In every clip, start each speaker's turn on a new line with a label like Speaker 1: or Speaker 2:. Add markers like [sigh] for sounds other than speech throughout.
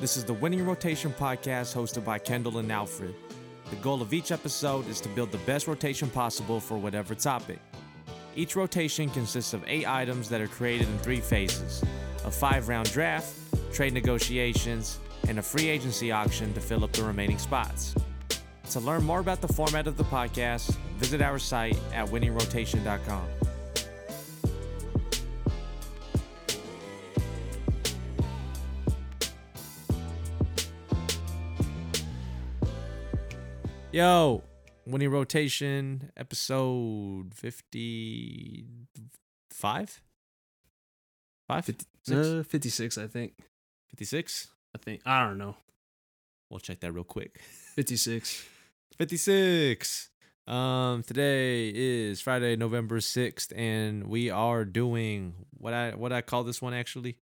Speaker 1: This is the Winning Rotation podcast hosted by Kendall and Alfred. The goal of each episode is to build the best rotation possible for whatever topic. Each rotation consists of eight items that are created in three phases a five round draft, trade negotiations, and a free agency auction to fill up the remaining spots. To learn more about the format of the podcast, visit our site at winningrotation.com. Yo, winning rotation episode 55? 5?
Speaker 2: Fifty-
Speaker 1: 6?
Speaker 2: Uh, 56, I think.
Speaker 1: 56?
Speaker 2: I think. I don't know.
Speaker 1: We'll check that real quick.
Speaker 2: 56.
Speaker 1: 56. Um, today is Friday, November 6th, and we are doing what I what I call this one actually.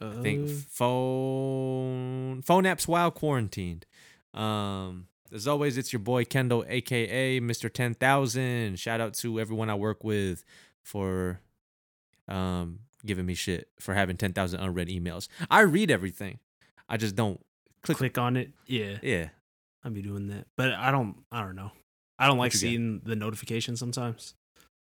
Speaker 2: Uh,
Speaker 1: I think phone phone apps while quarantined. Um, as always, it's your boy Kendall, aka Mr. Ten Thousand. Shout out to everyone I work with for um giving me shit for having ten thousand unread emails. I read everything. I just don't click.
Speaker 2: click on it. Yeah,
Speaker 1: Yeah.
Speaker 2: I'll be doing that. But I don't. I don't know. I don't like
Speaker 1: you get?
Speaker 2: seeing the notification sometimes.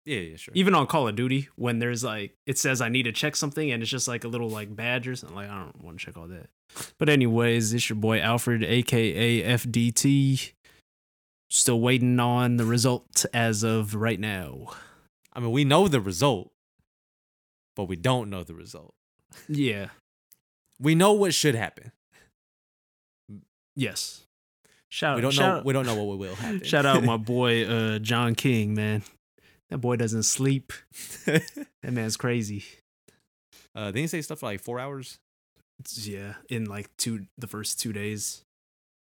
Speaker 1: Yeah, yeah, sure.
Speaker 2: Even on Call of Duty, when there's like it says I need to check something, and it's just like a little like badge or something. Like I don't want to check all that. But anyways, it's your boy Alfred, aka FDT. Still waiting on the result as of right now.
Speaker 1: I mean, we know the result, but we don't know the result.
Speaker 2: Yeah.
Speaker 1: We know what should happen.
Speaker 2: Yes. Shout.
Speaker 1: we don't
Speaker 2: Oh, shout
Speaker 1: know. We don't know what will happen.
Speaker 2: [laughs] Shout out my boy uh, John King, man. That boy doesn't sleep. That man's crazy.
Speaker 1: [laughs] uh, they say stuff like four hours.
Speaker 2: It's- yeah, in like two the first two days.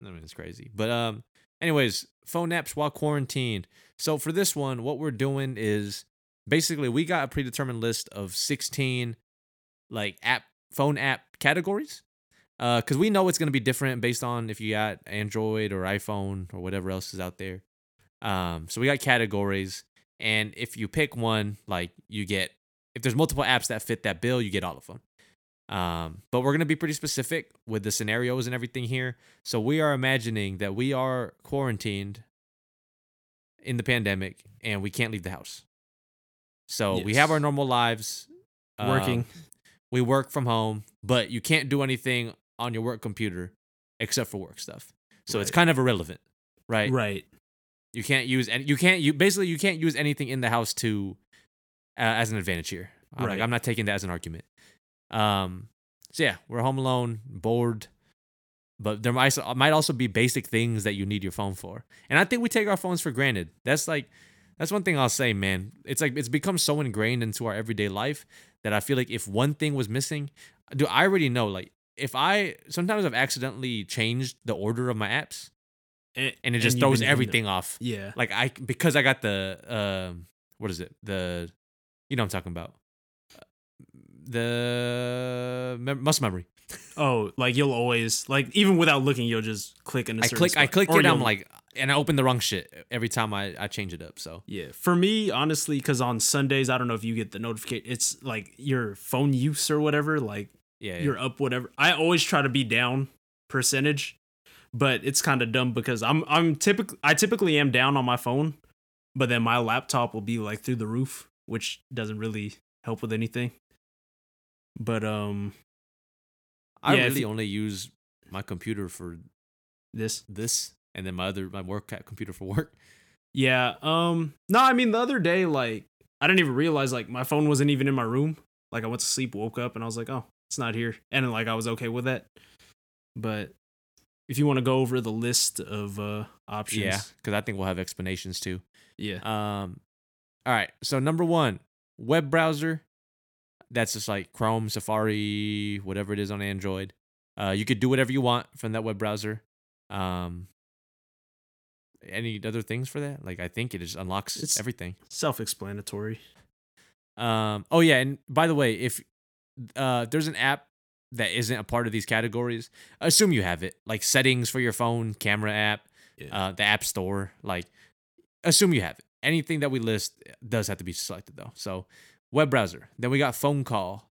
Speaker 1: I mean, it's crazy. But um, anyways, phone apps while quarantined. So for this one, what we're doing is basically we got a predetermined list of sixteen like app phone app categories. Uh, cause we know it's gonna be different based on if you got Android or iPhone or whatever else is out there. Um, so we got categories, and if you pick one, like you get if there's multiple apps that fit that bill, you get all of them. Um, but we're gonna be pretty specific with the scenarios and everything here. So we are imagining that we are quarantined in the pandemic and we can't leave the house. So we have
Speaker 2: Yes.
Speaker 1: our normal lives. um,
Speaker 2: Working.
Speaker 1: we work from home, but you can't do anything on your work computer except for work stuff. So it's
Speaker 2: Right.
Speaker 1: kind of irrelevant, right?
Speaker 2: Right.
Speaker 1: You can't use and you can't you basically you can't use anything in the house to uh, as an advantage here. I'm like
Speaker 2: Right.
Speaker 1: I'm not taking that as an argument. Um so yeah, we're home alone, bored, but there might might also be basic things that you need your phone for. And I think we take our phones for granted. That's like that's one thing I'll say, man. It's like it's become so ingrained into our everyday life that I feel like if one thing was missing, do I already know like if I sometimes I've accidentally changed the order of my apps and it just
Speaker 2: you've
Speaker 1: throws
Speaker 2: been in the-
Speaker 1: everything off
Speaker 2: yeah.
Speaker 1: like I because I got the um what is it the you know what I'm talking about the mem- muscle memory.
Speaker 2: Oh, like you'll always like even without looking, you'll just click in a
Speaker 1: I
Speaker 2: certain
Speaker 1: click I
Speaker 2: spot.
Speaker 1: click
Speaker 2: Or
Speaker 1: it. I'm
Speaker 2: you'll-
Speaker 1: like and I open the wrong shit every time I I change it up. So
Speaker 2: Yeah. For me, honestly, because on Sundays, I don't know if you get the notification. It's like your phone use or whatever. Like
Speaker 1: yeah, yeah.
Speaker 2: you're up whatever. I always try to be down percentage, but it's kind of dumb because I'm I'm typically I typically am down on my phone, but then my laptop will be like through the roof, which doesn't really help with anything. But um
Speaker 1: I
Speaker 2: yeah, if
Speaker 1: really
Speaker 2: you-
Speaker 1: only use my computer for
Speaker 2: this
Speaker 1: this and then my other my work ca- computer for work.
Speaker 2: yeah, um no, I mean the other day like I didn't even realize like my phone wasn't even in my room. Like I went to sleep, woke up and I was like, "Oh, it's not here." And like I was okay with that. But if you want to go over the list of uh options.
Speaker 1: Yeah, because I think we'll have explanations too.
Speaker 2: Yeah.
Speaker 1: Um, all right. So number one, web browser. That's just like Chrome, Safari, whatever it is on Android. Uh, you could do whatever you want from that web browser. Um, any other things for that? Like I think it just unlocks
Speaker 2: It's-
Speaker 1: everything.
Speaker 2: self-explanatory.
Speaker 1: Um, oh yeah, and by the way, if uh, there's an app that isn't a part of these categories, assume you have it. Like settings for your phone, camera app,
Speaker 2: Yeah.
Speaker 1: uh, the app store. Like, assume you have it. Anything that we list does have to be selected though. So, web browser. Then we got phone call.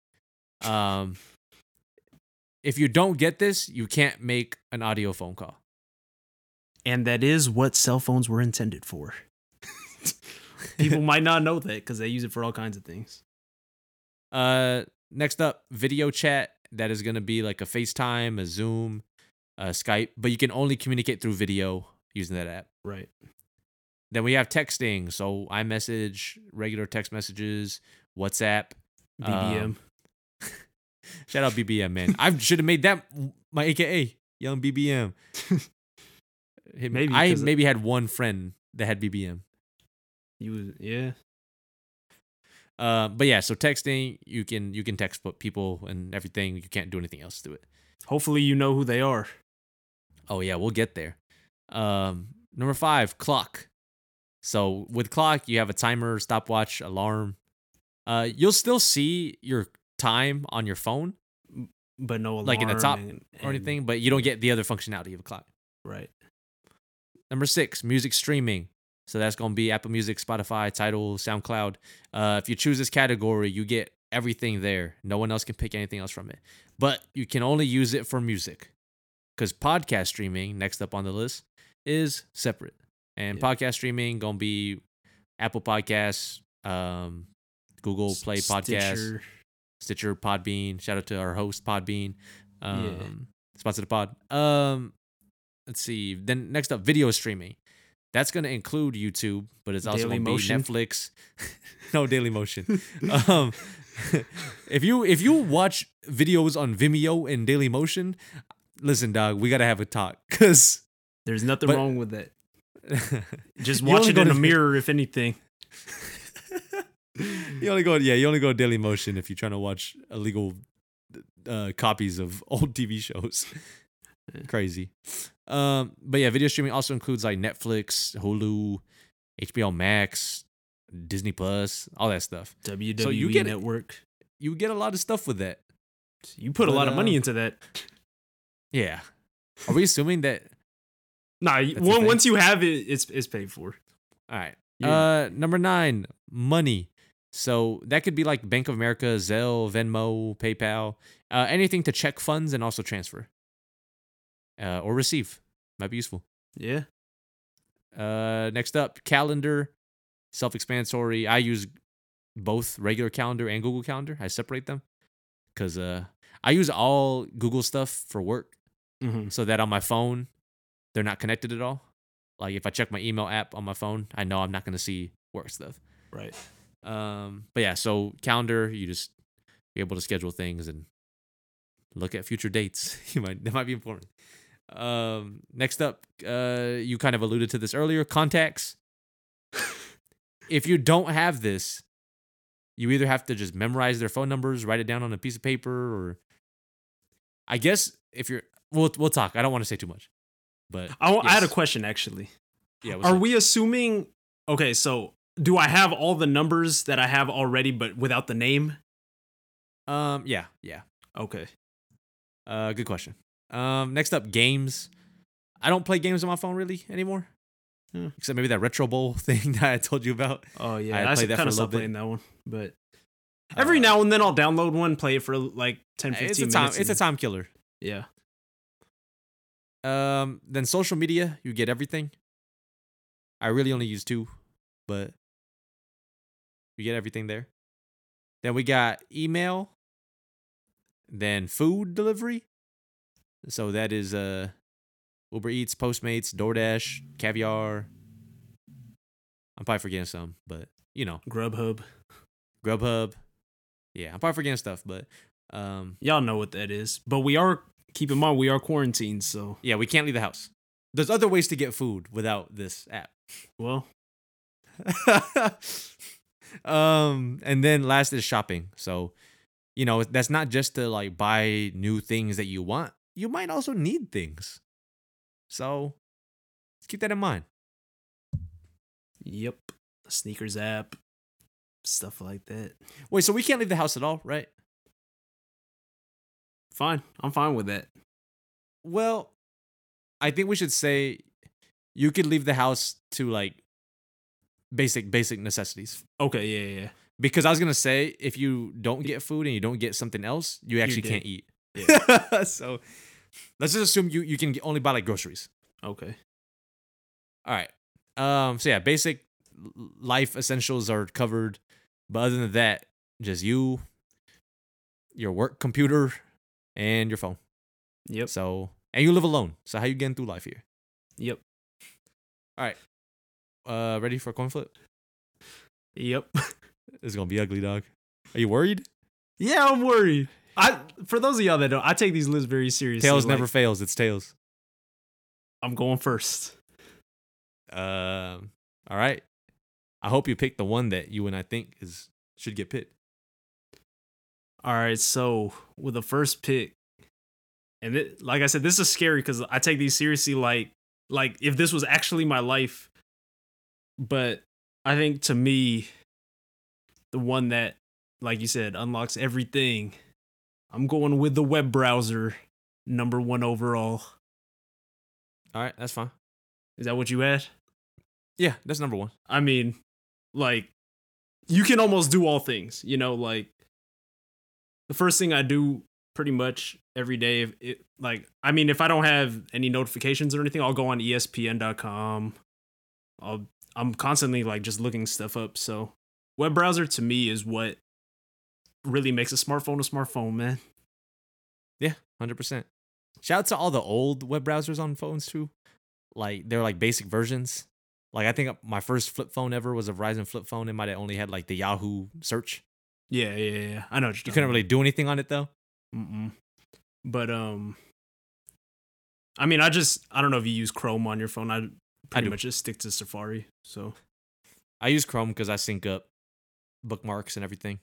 Speaker 1: Um, if you don't get this, you can't make an audio phone call.
Speaker 2: And that is what cell phones were intended
Speaker 1: [laughs]
Speaker 2: for. People might not know that because they use it for all kinds of things.
Speaker 1: Uh, next up, video chat. That is gonna be like a FaceTime, a Zoom, uh, Skype, but you can only communicate through video using that app.
Speaker 2: Right.
Speaker 1: Then we have texting. So iMessage, regular text messages, WhatsApp.
Speaker 2: BBM.
Speaker 1: Um, [laughs] Shout out BBM, man.
Speaker 2: [laughs]
Speaker 1: I should have made that my AKA, Young BBM. Hit me-
Speaker 2: Maybe,
Speaker 1: I
Speaker 2: 'cause-
Speaker 1: maybe had one friend that had BBM.
Speaker 2: you was, yeah.
Speaker 1: Uh, but yeah, so texting, you can you can text p- people and everything. You can't do anything else to it.
Speaker 2: Hopefully you know who they are.
Speaker 1: Oh yeah, we'll get there. Um, number five, clock. So with clock, you have a timer, stopwatch, alarm. Uh, you'll still see your time on your phone
Speaker 2: But no alarm
Speaker 1: Like in the top
Speaker 2: and-
Speaker 1: or
Speaker 2: and-
Speaker 1: anything, but you don't get the other functionality of a clock.
Speaker 2: Right.
Speaker 1: Number six, music streaming. So that's going to be Apple Music, Spotify, Tidal, SoundCloud. Uh, if you choose this category, you get everything there. No one else can pick anything else from it. But you can only use it for music because podcast streaming, next up on the list, is separate. And
Speaker 2: Yeah.
Speaker 1: podcast streaming going to be Apple Podcasts, um, Google Play Podcasts,
Speaker 2: Stitcher.
Speaker 1: Stitcher, Podbean. Shout out to our host, Podbean. Um,
Speaker 2: Yeah.
Speaker 1: Sponsor the pod. Um, let's see. Then next up, video streaming. That's going to include YouTube, but it's also going to be
Speaker 2: Dailymotion.
Speaker 1: Netflix. [laughs] no, Daily Motion. um, [laughs] if you if you watch videos on Vimeo and Daily Motion, listen, dog, we got to have a talk [laughs] because
Speaker 2: [laughs] There's nothing
Speaker 1: but-
Speaker 2: wrong
Speaker 1: [laughs]
Speaker 2: with that. Just
Speaker 1: You
Speaker 2: watch
Speaker 1: only
Speaker 2: it
Speaker 1: go
Speaker 2: in
Speaker 1: to-
Speaker 2: a mirror, if anything.
Speaker 1: you only go yeah you only go Daily Motion if you're trying to watch illegal uh, copies of [laughs] old TV shows. Crazy. Um, but yeah, video streaming also includes like Netflix, Hulu, HBO Max, Disney Plus, all that stuff.
Speaker 2: WWE
Speaker 1: get it.
Speaker 2: E Network.
Speaker 1: You get a lot of stuff with that.
Speaker 2: You put
Speaker 1: But,
Speaker 2: a lot of money
Speaker 1: uh,
Speaker 2: into that.
Speaker 1: Yeah. Are we assuming that?
Speaker 2: Nah,
Speaker 1: the
Speaker 2: one,
Speaker 1: thing.
Speaker 2: once you have it, it's it's paid for.
Speaker 1: All right.
Speaker 2: Yeah.
Speaker 1: Uh, number nine, money. So that could be like Bank of America, Zelle, Venmo, PayPal, uh, anything to check funds and also transfer uh, or receive. Might be useful.
Speaker 2: yeah.
Speaker 1: Uh, next up, calendar, self-explanatory. I use both regular calendar and Google Calendar. I separate them because uh, I use all Google stuff for work,
Speaker 2: Mm-hmm.
Speaker 1: so that on my phone, they're not connected at all. Like if I check my email app on my phone, I know I'm not gonna see work stuff.
Speaker 2: Right.
Speaker 1: Um, but yeah, so calendar, you just be able to schedule things and look at future dates. [laughs] You might that might be important. Um, next up, uh, you kind of alluded to this earlier. Contacts. if you don't have this, you either have to just memorize their phone numbers, write it down on a piece of paper, or I guess if you're, we'll we'll talk. I don't want to say too much, but
Speaker 2: I, wa- I had a
Speaker 1: yes.
Speaker 2: question actually.
Speaker 1: Yeah, what's
Speaker 2: Are
Speaker 1: up?
Speaker 2: we assuming? Okay, so do I have all the numbers that I have already, but without the name?
Speaker 1: Um, yeah, yeah.
Speaker 2: Okay.
Speaker 1: Uh, good question. Um, next up, games. I don't play games on my phone really anymore,
Speaker 2: Hmm.
Speaker 1: except maybe that Retro Bowl [laughs] thing that I told you about.
Speaker 2: Oh
Speaker 1: I
Speaker 2: yeah, I,
Speaker 1: played that for a little
Speaker 2: kind of stopped
Speaker 1: bit.
Speaker 2: playing that one, but every
Speaker 1: Uh,
Speaker 2: now and then I'll download one, play it for like 10, 15
Speaker 1: it's a
Speaker 2: minutes.
Speaker 1: time. It's a
Speaker 2: and-
Speaker 1: time killer.
Speaker 2: Yeah.
Speaker 1: Um, then social media, you get everything. I really only use two, but you get everything there. Then we got email. Then food delivery. So that is uh, Uber Eats, Postmates, DoorDash, Caviar. I'm probably forgetting some, but you know,
Speaker 2: Grubhub.
Speaker 1: Grubhub. Yeah, I'm probably forgetting stuff, but um,
Speaker 2: Y'all know what that is, but we are keep in mind we are quarantined, so
Speaker 1: yeah, we can't leave the house. There's other ways to get food without this app.
Speaker 2: well,
Speaker 1: [laughs] um, and then last is shopping. So, you know, that's not just to like buy new things that you want. You might also need things. So, keep that in mind.
Speaker 2: yep. Sneakers app, stuff like that.
Speaker 1: Wait, so we can't leave the house at all, right?
Speaker 2: Fine, I'm fine with that.
Speaker 1: Well, I think we should say you could leave the house to like basic basic necessities.
Speaker 2: Okay, yeah, yeah, yeah.
Speaker 1: Because I was gonna say, if you don't get food and you don't get something else, you actually
Speaker 2: dead.
Speaker 1: can't eat. [laughs] so let's just assume you, you can only buy like groceries.
Speaker 2: Okay.
Speaker 1: All right. Um, so yeah, basic l- life essentials are covered. But other than that, just you, your work computer, and your phone.
Speaker 2: Yep.
Speaker 1: So and you live alone. So how you getting through life here?
Speaker 2: Yep.
Speaker 1: Uh, ready for a coin flip?
Speaker 2: Yep.
Speaker 1: It's gonna be ugly, dog. Are you worried?
Speaker 2: yeah, I'm worried. I for those of y'all that don't, I take these lists very seriously.
Speaker 1: Tails
Speaker 2: Like,
Speaker 1: never fails. It's tails.
Speaker 2: I'm going first.
Speaker 1: Um. All right. I hope you pick the one that you and I think is should get picked.
Speaker 2: All right, so with the first pick, and it, like I said, this is scary because I take these seriously. Like, like if this was actually my life, but I think to me, the one that, like you said, unlocks everything. I'm going with the web browser, number one overall.
Speaker 1: All right, that's fine.
Speaker 2: Is that what you had?
Speaker 1: Yeah, that's number one.
Speaker 2: I mean, like, you can almost do all things, you know, like, the first thing I do pretty much every day, if it, like, I mean, if I don't have any notifications or anything, I'll go on E ESPN.com. I'll, I'm constantly, like, just looking stuff up. So, web browser to me is what really makes a smartphone a smartphone, man.
Speaker 1: Hundred percent. Shout out to all the old web browsers on phones too. Like they're like basic versions. Like I think my first flip phone ever was a Verizon flip phone. It might have only had like the Yahoo search.
Speaker 2: Yeah, yeah, yeah. I know what
Speaker 1: You
Speaker 2: you're
Speaker 1: couldn't
Speaker 2: talking
Speaker 1: really do anything on it though.
Speaker 2: Mm-mm. But um, I mean, I just I don't know if you use Chrome on your phone. I pretty
Speaker 1: do.
Speaker 2: much just stick to Safari. So
Speaker 1: I use Chrome because I sync up bookmarks and everything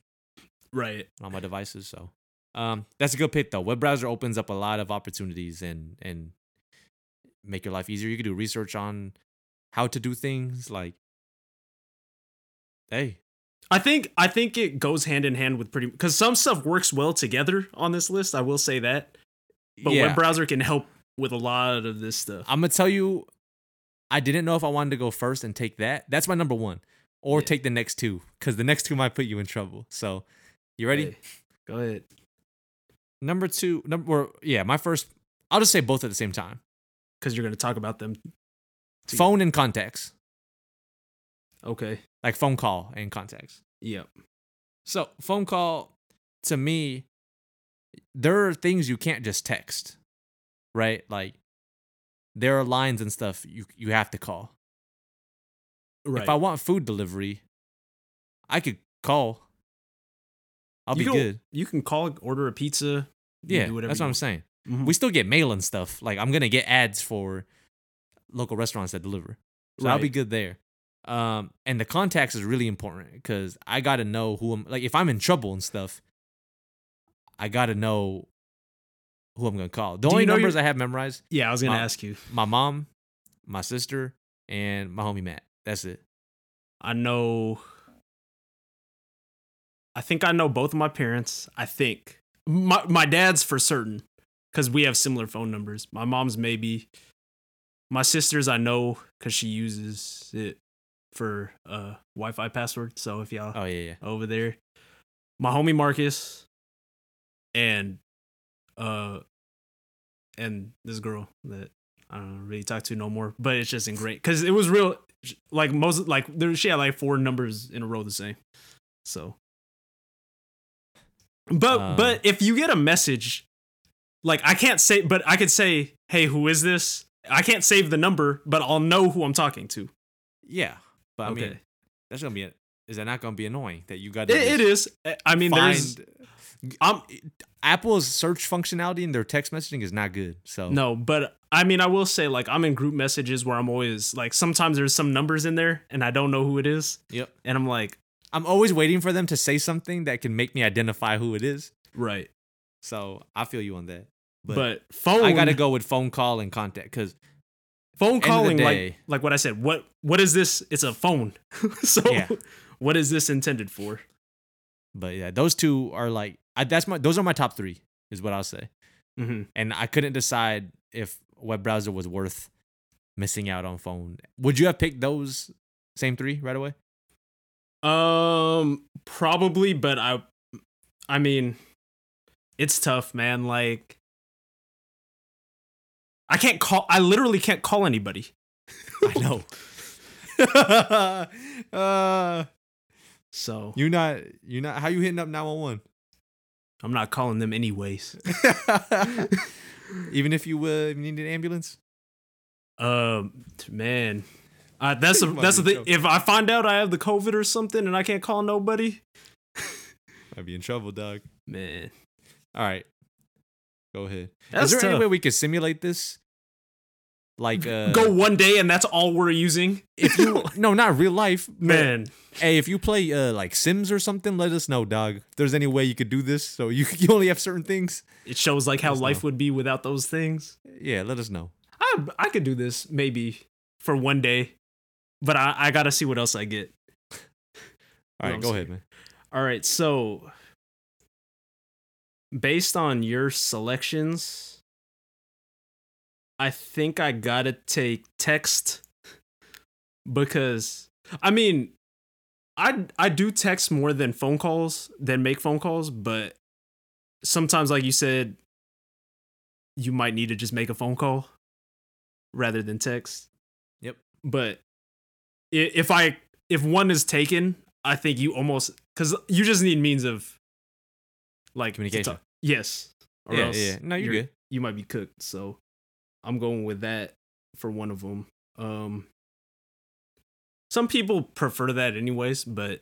Speaker 2: right,
Speaker 1: on my devices. So um, that's a good pick though. Web browser opens up a lot of opportunities and and make your life easier. You can do research on how to do things. Like, hey,
Speaker 2: I think I think it goes hand in hand with pretty because some stuff works well together on this list. I will say that, but
Speaker 1: yeah.
Speaker 2: web browser can help with a lot of this stuff.
Speaker 1: I'm gonna tell you, I didn't know if I wanted to go first and take that. That's my number one, or
Speaker 2: Yeah.
Speaker 1: take the next two, because the next two might put you in trouble. So, you ready?
Speaker 2: Hey, go ahead.
Speaker 1: Number two, number or, yeah, my first. I'll just say both at the same time.
Speaker 2: Because you're gonna talk about them. Two.
Speaker 1: Phone and contacts,
Speaker 2: Okay.
Speaker 1: like phone call and contacts.
Speaker 2: Yep.
Speaker 1: So phone call, to me, there are things you can't just text, right? Like there are lines and stuff you you have to call.
Speaker 2: Right.
Speaker 1: If I want food delivery, I could call. I'll be
Speaker 2: you can,
Speaker 1: good.
Speaker 2: You can call, order a pizza. you
Speaker 1: Yeah,
Speaker 2: do whatever
Speaker 1: that's
Speaker 2: you
Speaker 1: what I'm
Speaker 2: want.
Speaker 1: saying.
Speaker 2: Mhm.
Speaker 1: We still get mail and stuff. Like I'm gonna get ads for local restaurants that deliver, so I'll be
Speaker 2: Right.
Speaker 1: good there. Um, and the contacts is really important because I gotta know who I'm. Like if I'm in trouble and stuff, I gotta know who I'm gonna call. The
Speaker 2: Do you
Speaker 1: only
Speaker 2: know your-
Speaker 1: numbers I have memorized:
Speaker 2: Yeah, I was gonna
Speaker 1: Mom.
Speaker 2: ask you.
Speaker 1: my mom, my sister, and my homie Matt. That's it.
Speaker 2: I know. I think I know both of my parents. I think my my dad's for certain because we have similar phone numbers. My mom's maybe. My sister's I know because she uses it for uh Wi-Fi password. So if y'all
Speaker 1: Oh yeah, yeah.
Speaker 2: over there, my homie Marcus, and uh, and this girl that I don't really talk to no more. But it's just ingrained because it was real. Like most, like there she had like four numbers in a row the same. So, but
Speaker 1: Um,
Speaker 2: but if you get a message, like I can't say, but I could say, hey, who is this? I can't save the number, but I'll know who I'm talking to.
Speaker 1: Yeah, but I
Speaker 2: okay,
Speaker 1: mean, that's gonna be it. Is that not gonna be annoying that you got?
Speaker 2: it, it is. I mean, there's I'm
Speaker 1: um, Apple's search functionality in their text messaging is not good. So
Speaker 2: No, but I mean, I will say, like, I'm in group messages where I'm always like, sometimes there's some numbers in there and I don't know who it is.
Speaker 1: Yep.
Speaker 2: And I'm like,
Speaker 1: I'm always waiting for them to say something that can make me identify who it is.
Speaker 2: right.
Speaker 1: So I feel you on that.
Speaker 2: But, Oh.
Speaker 1: But,
Speaker 2: phone,
Speaker 1: I gotta go with phone call and contact because
Speaker 2: phone
Speaker 1: of the
Speaker 2: calling, like,
Speaker 1: day-
Speaker 2: like what I said, what, what is this? It's a phone. [laughs] so
Speaker 1: Yeah.
Speaker 2: what is this intended for?
Speaker 1: but yeah, those two are like I, that's my those are my top three is what I'll say.
Speaker 2: hmm
Speaker 1: And I couldn't decide if web browser was worth missing out on phone. Would you have picked those same three right
Speaker 2: [laughs]
Speaker 1: away?
Speaker 2: Um, probably, but I, I mean, it's tough, man. Like I can't call I literally can't call anybody.
Speaker 1: I
Speaker 2: [laughs]
Speaker 1: know. [laughs] uh,
Speaker 2: So
Speaker 1: you not you not how you hitting up
Speaker 2: [laughs]
Speaker 1: 911?
Speaker 2: I'm not calling them anyways.
Speaker 1: even if you uh, if you need an ambulance?
Speaker 2: Um man. Uh, that's a,
Speaker 1: Might
Speaker 2: that's the
Speaker 1: be
Speaker 2: thing.
Speaker 1: tough.
Speaker 2: If I find out I have the COVID or something and I can't call nobody,
Speaker 1: I'd be in trouble, dog.
Speaker 2: man,
Speaker 1: All right. Go ahead.
Speaker 2: that's
Speaker 1: Is there any
Speaker 2: tough.
Speaker 1: way we could simulate this? Like uh
Speaker 2: Go one day and that's all we're using,
Speaker 1: if you no, not real life. but-
Speaker 2: man.
Speaker 1: Hey, if you play uh like Sims or something, let us know, dog. If there's any way you could do this, so you [laughs] you only have certain things.
Speaker 2: It shows like how
Speaker 1: There's no-
Speaker 2: life would be without those things.
Speaker 1: Yeah, let us know.
Speaker 2: I I could do this maybe for one day, but I I gotta see what else I get.
Speaker 1: All
Speaker 2: No,
Speaker 1: right,
Speaker 2: I'm
Speaker 1: go
Speaker 2: sorry.
Speaker 1: ahead, man.
Speaker 2: All right, so based on your selections, I think I gotta take text because I mean, I I do text more than phone calls than make phone calls, but sometimes, like you said, you might need to just make a phone call rather than text.
Speaker 1: Yep.
Speaker 2: But i- if I if one is taken, I think you almost because you just need means of like to
Speaker 1: Communication.
Speaker 2: talk- Yes. Or
Speaker 1: yeah,
Speaker 2: else
Speaker 1: yeah. No, you're,
Speaker 2: you're-
Speaker 1: good.
Speaker 2: you might be cooked. So I'm going with that for one of them. Um, some people prefer that anyways, but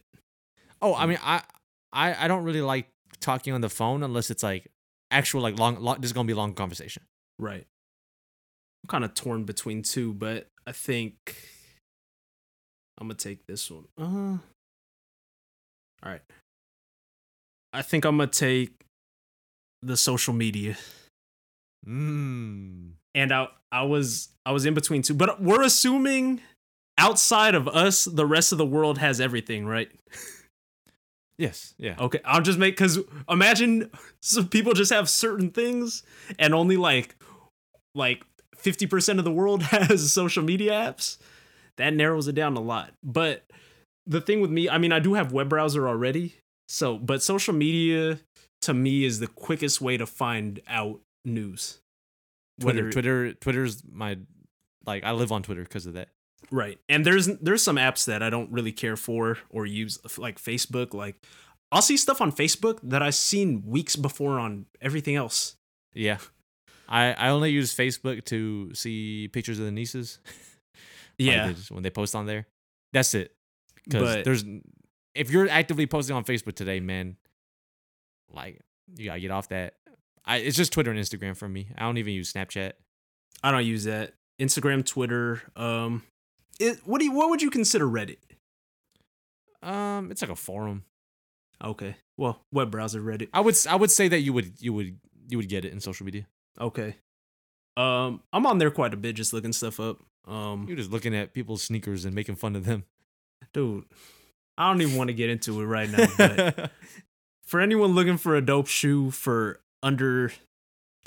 Speaker 1: Oh, I mean, I, I, I don't really like talking on the phone unless it's like actual like long. long this is gonna be a long conversation.
Speaker 2: right. I'm kind of torn between two, but I think I'm gonna take this one. Uh, all right. I think I'm gonna take the social media.
Speaker 1: Mm.
Speaker 2: and I I was I was in between two, but we're assuming outside of us, the rest of the world has everything, right?
Speaker 1: Yes. Yeah.
Speaker 2: Okay, I'll just make because imagine some people just have certain things, and only like like fifty percent of the world [laughs] has social media apps. That narrows it down a lot. But the thing with me, I mean, I do have web browser already, so but social media to me is the quickest way to find out news.
Speaker 1: Twitter.
Speaker 2: Whether-
Speaker 1: Twitter. Twitter's my like. I live on Twitter because of that.
Speaker 2: Right. And there's there's some apps that I don't really care for or use like Facebook like I'll see stuff on Facebook that I've seen weeks before on everything else.
Speaker 1: Yeah. I I only use Facebook to see pictures of the nieces. Like,
Speaker 2: Yeah.
Speaker 1: they just- when they post on there, that's it. Because
Speaker 2: But
Speaker 1: there's if you're actively posting on Facebook today, man, like you gotta get off that. I, it's just Twitter and Instagram for me. I don't even use Snapchat.
Speaker 2: I don't use that. Instagram, Twitter, um it, what do you, what would you consider Reddit?
Speaker 1: Um, it's like a forum.
Speaker 2: Okay. Well, web browser Reddit.
Speaker 1: I would s- I would say that you would you would you would get it in social media.
Speaker 2: Okay. Um I'm on there quite a bit just looking stuff up. Um
Speaker 1: You're just looking at people's sneakers and making fun of them.
Speaker 2: dude, I don't even want to get into it right now, but
Speaker 1: [laughs]
Speaker 2: for anyone looking for a dope shoe for under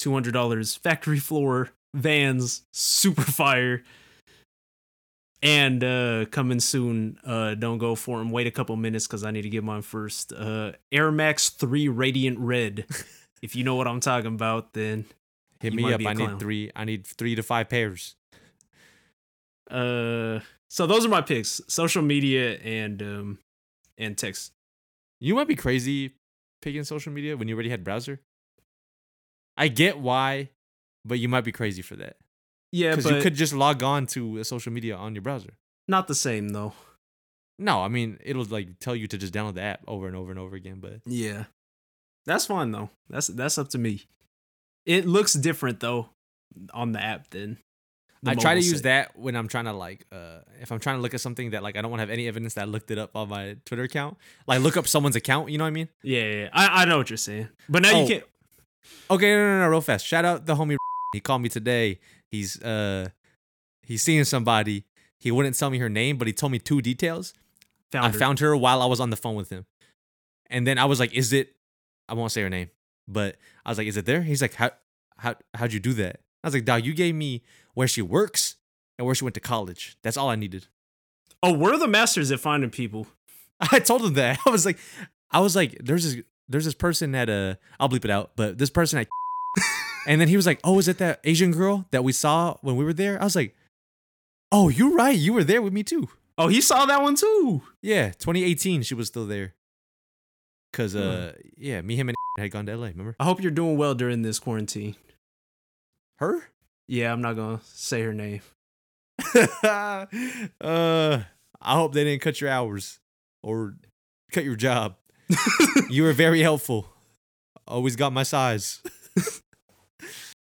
Speaker 2: $200 factory floor vans super fire and uh coming soon uh don't go for them wait a couple minutes because i need to get mine first uh air max 3
Speaker 1: [laughs]
Speaker 2: radiant red if you know what i'm talking about then
Speaker 1: Hit
Speaker 2: You
Speaker 1: me
Speaker 2: might
Speaker 1: up.
Speaker 2: be a
Speaker 1: I
Speaker 2: clown.
Speaker 1: need three. I need three to five pairs.
Speaker 2: uh so those are my picks social media and um and text
Speaker 1: You might be crazy picking social media when you already had browser. I get why, but you might be crazy for that.
Speaker 2: yeah
Speaker 1: Because
Speaker 2: but
Speaker 1: you could just log on to a social media on your browser.
Speaker 2: not the same though
Speaker 1: No, I mean it'll like tell you to just download the app over and over and over again. But
Speaker 2: Yeah. That's fine though. That's that's up to me. It looks different though on the app than the
Speaker 1: I try to
Speaker 2: mobile
Speaker 1: use
Speaker 2: site.
Speaker 1: that when I'm trying to like, uh, if I'm trying to look at something that like I don't want to have any evidence that I looked it up on my Twitter account. Like look up someone's account. You know what I mean?
Speaker 2: Yeah, yeah, yeah. I, I know what you're saying. But now
Speaker 1: Oh.
Speaker 2: you can't
Speaker 1: Okay, no, no, no, real fast. Shout out the homie. [laughs] He called me today. He's uh, he's seeing somebody. He wouldn't tell me her name, but he told me two details.
Speaker 2: found,
Speaker 1: I
Speaker 2: her.
Speaker 1: found her while I was on the phone with him. And then I was like, is it I won't say her name, but I was like, is it there? He's like, How how how'd you do that? I was like, Dog, you gave me where she works and where she went to college. That's all I needed.
Speaker 2: Oh, we're the masters at finding people.
Speaker 1: [laughs] I told him that. I was like, I was like, there's this there's this person at a I'll bleep it out, but this person at [laughs] and then he was like, "Oh, is it that Asian girl that we saw when we were there?" I was like, "Oh, you're right. You were there with me too."
Speaker 2: Oh, he saw that one too.
Speaker 1: Yeah, 2018, she was still there. Cause uh, yeah, me, him, and [laughs] had gone to LA. Remember
Speaker 2: I hope you're doing well during this quarantine.
Speaker 1: her?
Speaker 2: Yeah, I'm not gonna say her name.
Speaker 1: [laughs] uh, I hope they didn't cut your hours or cut your job. you were very helpful. Always got my size. [laughs]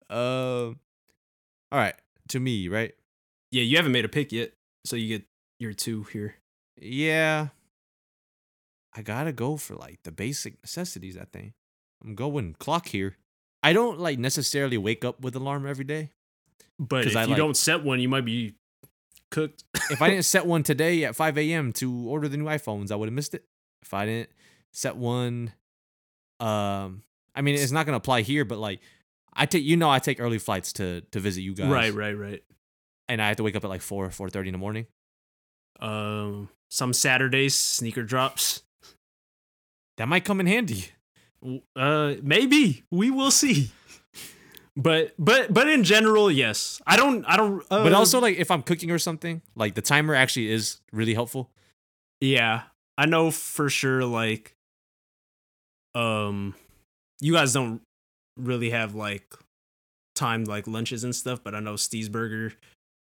Speaker 1: Um. all right, to me, right?
Speaker 2: Yeah, you haven't made a pick yet, so you get your two here.
Speaker 1: Yeah. I gotta go for like the basic necessities, I think. I'm going clock here. I don't like necessarily wake up with alarm every day.
Speaker 2: But
Speaker 1: 'Cause
Speaker 2: if
Speaker 1: I
Speaker 2: you
Speaker 1: like-
Speaker 2: don't set one, you might be cooked.
Speaker 1: If I didn't set one today at 5 a.m. to order the new iPhones, I would have missed it. If I didn't set one, um, I mean, it's not gonna apply here, but like, I take you know I take early flights to to visit you guys,
Speaker 2: Right, right, right.
Speaker 1: And I have to wake up at like four four thirty in the morning.
Speaker 2: Um, some Saturdays sneaker drops.
Speaker 1: That might come in handy.
Speaker 2: W- Uh, maybe we will see. But but but in general, yes. I don't I don't. Uh,
Speaker 1: but also like if I'm cooking or something, like the timer actually is really helpful.
Speaker 2: Yeah, I know for sure. Like, um, you guys don't really have like timed like lunches and stuff, but I know Steve's Burger.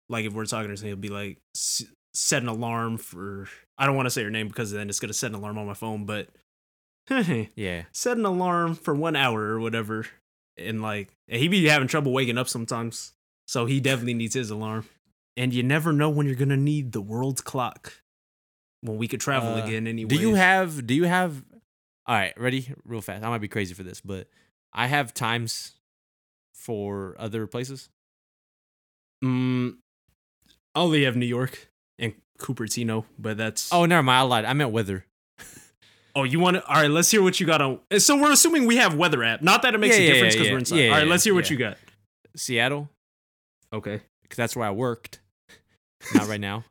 Speaker 2: Like, if we're talking to him, he'll be like, s- set an alarm for. I don't want to say her name because then it's gonna set an alarm on my phone, but [laughs]
Speaker 1: Yeah.
Speaker 2: set an alarm for one hour or whatever, and like, and he be having trouble waking up sometimes, so he definitely needs his alarm. And you never know when you're gonna need the world's clock. When we could travel
Speaker 1: Uh,
Speaker 2: again anyway.
Speaker 1: Do you have? Do you have? All right, ready, real fast. I might be crazy for this, but I have times for other places.
Speaker 2: Mm, I only have New York and Cupertino, but that's
Speaker 1: Oh, never mind. I lied. I meant weather.
Speaker 2: oh you want to all right. Let's hear what you got on. So we're assuming we have weather app. Not that it makes
Speaker 1: Yeah,
Speaker 2: a
Speaker 1: yeah,
Speaker 2: difference
Speaker 1: yeah,
Speaker 2: because
Speaker 1: yeah.
Speaker 2: we're inside.
Speaker 1: Yeah,
Speaker 2: all right,
Speaker 1: yeah,
Speaker 2: let's hear what
Speaker 1: yeah.
Speaker 2: you got.
Speaker 1: Seattle,
Speaker 2: Okay,
Speaker 1: because that's where I worked. [laughs] Not right
Speaker 2: [laughs]
Speaker 1: now.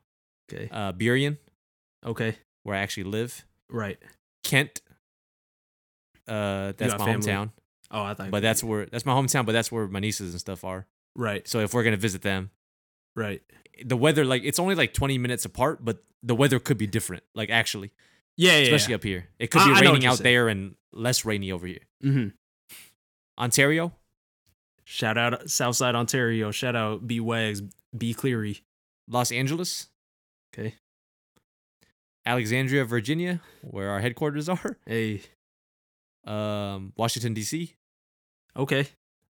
Speaker 2: okay,
Speaker 1: Uh, Burien,
Speaker 2: Uh, okay,
Speaker 1: where I actually live.
Speaker 2: right.
Speaker 1: Kent. Uh, that's
Speaker 2: got
Speaker 1: my
Speaker 2: family.
Speaker 1: hometown,
Speaker 2: Oh, I thought,
Speaker 1: but that's where that's my hometown, but that's where my nieces and stuff are.
Speaker 2: right,
Speaker 1: So if we're gonna visit them,
Speaker 2: right.
Speaker 1: the weather like it's only like 20 minutes apart, but the weather could be different. Like actually,
Speaker 2: Yeah, yeah.
Speaker 1: especially up here, it could
Speaker 2: I-
Speaker 1: be
Speaker 2: I know what
Speaker 1: raining
Speaker 2: you're
Speaker 1: out
Speaker 2: saying.
Speaker 1: there and less rainy over here.
Speaker 2: hmm
Speaker 1: Ontario,
Speaker 2: Shout out Southside Ontario. Shout out B Wags, B Cleary.
Speaker 1: Los Angeles,
Speaker 2: Okay.
Speaker 1: Alexandria, Virginia, where our headquarters [laughs] are,
Speaker 2: Hey.
Speaker 1: um, Washington D.C.,
Speaker 2: Okay.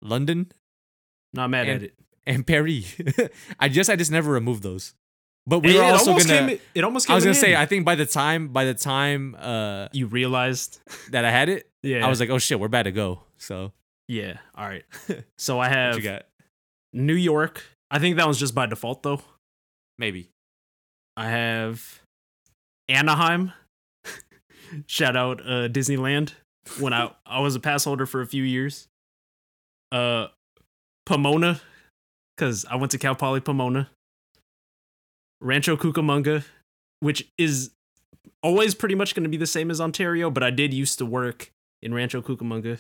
Speaker 1: London,
Speaker 2: Not mad
Speaker 1: And
Speaker 2: at it.
Speaker 1: and Paris. [laughs] I just I just never removed those. But we
Speaker 2: Hey,
Speaker 1: were
Speaker 2: it
Speaker 1: also
Speaker 2: almost
Speaker 1: gonna.
Speaker 2: Came, it almost came.
Speaker 1: I was
Speaker 2: in
Speaker 1: gonna say
Speaker 2: handy.
Speaker 1: I think by the time by the time uh
Speaker 2: you realized.
Speaker 1: that I had it,
Speaker 2: Yeah.
Speaker 1: I was like, oh shit, we're about to go. So
Speaker 2: Yeah. All [laughs] right. So I
Speaker 1: what
Speaker 2: have
Speaker 1: you got?
Speaker 2: New York. I think that one's just by default though.
Speaker 1: Maybe
Speaker 2: I have Anaheim. [laughs] Shout out uh, Disneyland. When I I was a pass holder for a few years. Uh, Pomona, because I went to Cal Poly Pomona. Rancho Cucamonga, which is always pretty much going to be the same as Ontario, but I did used to work in Rancho Cucamonga.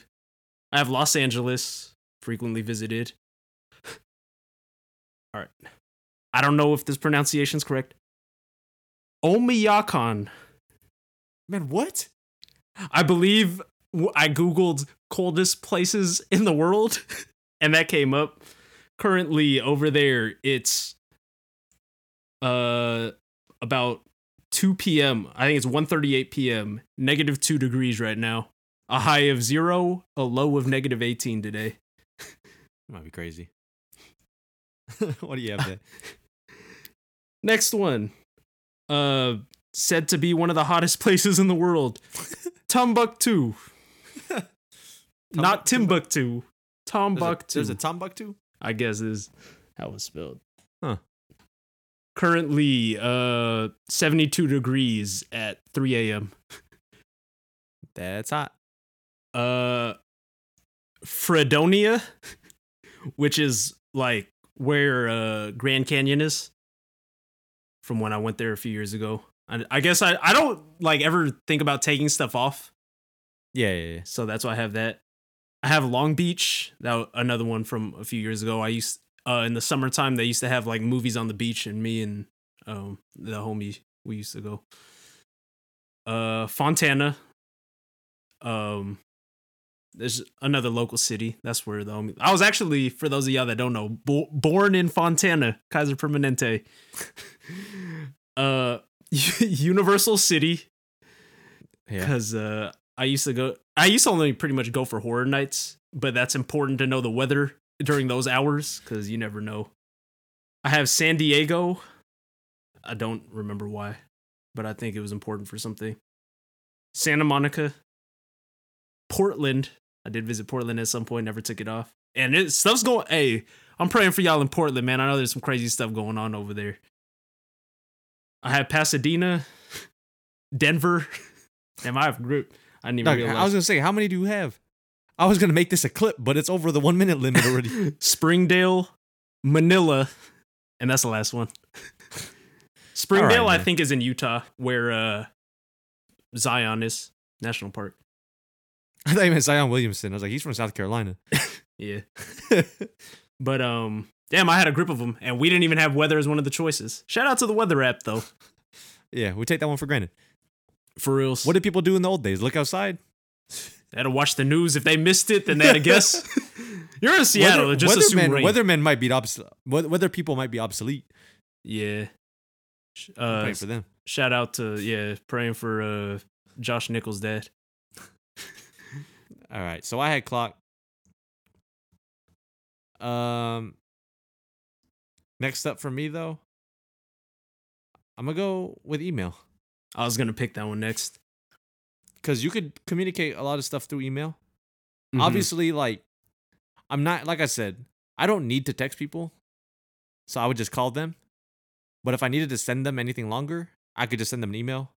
Speaker 2: I have Los Angeles, frequently visited. [sighs] All right. I don't know if this pronunciation's correct. Omiyakon.
Speaker 1: man, what?
Speaker 2: I believe w- I Googled coldest places in the world [laughs] and that came up. Currently over there, it's uh about 2 p.m. I think it's 1:38 p.m. negative 2 degrees right now. A high of 0, a low of negative 18 today.
Speaker 1: Might be crazy. [laughs] what do you have
Speaker 2: [laughs]
Speaker 1: there?
Speaker 2: Next one. Uh said to be one of the hottest [laughs] places in the world. Timbuktu. Not Timbuktu. Timbuktu.
Speaker 1: There's a Timbuktu.
Speaker 2: I guess is how it's spelled.
Speaker 1: Huh.
Speaker 2: Currently uh 72 degrees at 3 a.m.
Speaker 1: That's hot.
Speaker 2: Uh Fredonia, [laughs] which is like where uh Grand Canyon is from when I went there a few years ago. I, I guess I, I don't like ever think about taking stuff off
Speaker 1: Yeah, yeah,
Speaker 2: [laughs]
Speaker 1: yeah.
Speaker 2: so that's why I have that. I have Long Beach, that w- another one from a few years ago. I used uh in the summertime they used to have like movies on the beach, and me and um the homie we used to go. Uh, Fontana. Um, there's another local city. That's where the homie. I was actually for those of y'all that don't know, bo- born in Fontana, Kaiser Permanente. [laughs] uh, [laughs] Universal City
Speaker 1: Yeah.
Speaker 2: because uh, I used to go. I used to only pretty much go for horror nights, but that's important to know the weather during those hours because you never know. I have San Diego. I don't remember why, but I think it was important for something. Santa Monica, Portland. I did visit Portland at some point. Never took it off. And it, stuff's going. Hey, I'm praying for y'all in Portland, man. I know there's some crazy stuff going on over there. I have Pasadena, [laughs] Denver. [laughs] Am I have group? I didn't even
Speaker 1: Dog,
Speaker 2: realize.
Speaker 1: I was gonna say, how many do you have? I was gonna make this a clip, but it's over the one minute limit already.
Speaker 2: [laughs]
Speaker 1: [laughs]
Speaker 2: Springdale, Manila, and that's the last one. [laughs] Springdale, I
Speaker 1: man.
Speaker 2: think, is in Utah, where uh, Zion is National Park.
Speaker 1: I thought you meant Zion Williamson. I was like, he's from South Carolina.
Speaker 2: Yeah, [laughs] but um, damn, I had a group of them, and we didn't even have weather as one of the choices. Shout out to the weather app, though.
Speaker 1: Yeah, we take that one for granted.
Speaker 2: For real,
Speaker 1: What did people do in the old days? Look outside.
Speaker 2: they had to watch the news. If they missed it, then they had to [laughs] guess. You're in Seattle,
Speaker 1: Weather-
Speaker 2: just assume
Speaker 1: weathermen,
Speaker 2: rain.
Speaker 1: weathermen might be obsolete. Weather people might be obsolete.
Speaker 2: yeah. Sh-
Speaker 1: I'm
Speaker 2: Uh,
Speaker 1: praying for them.
Speaker 2: shout out to yeah, praying for uh, Josh Nichols' dad.
Speaker 1: All right. So I had clock. Um next up for me though. I'm gonna go with email.
Speaker 2: I was gonna pick that one next.
Speaker 1: Cause you could communicate a lot of stuff through email.
Speaker 2: Mhm.
Speaker 1: Obviously, like I'm not like I said, I don't need to text people. So I would just call them. But if I needed to send them anything longer, I could just send them an email.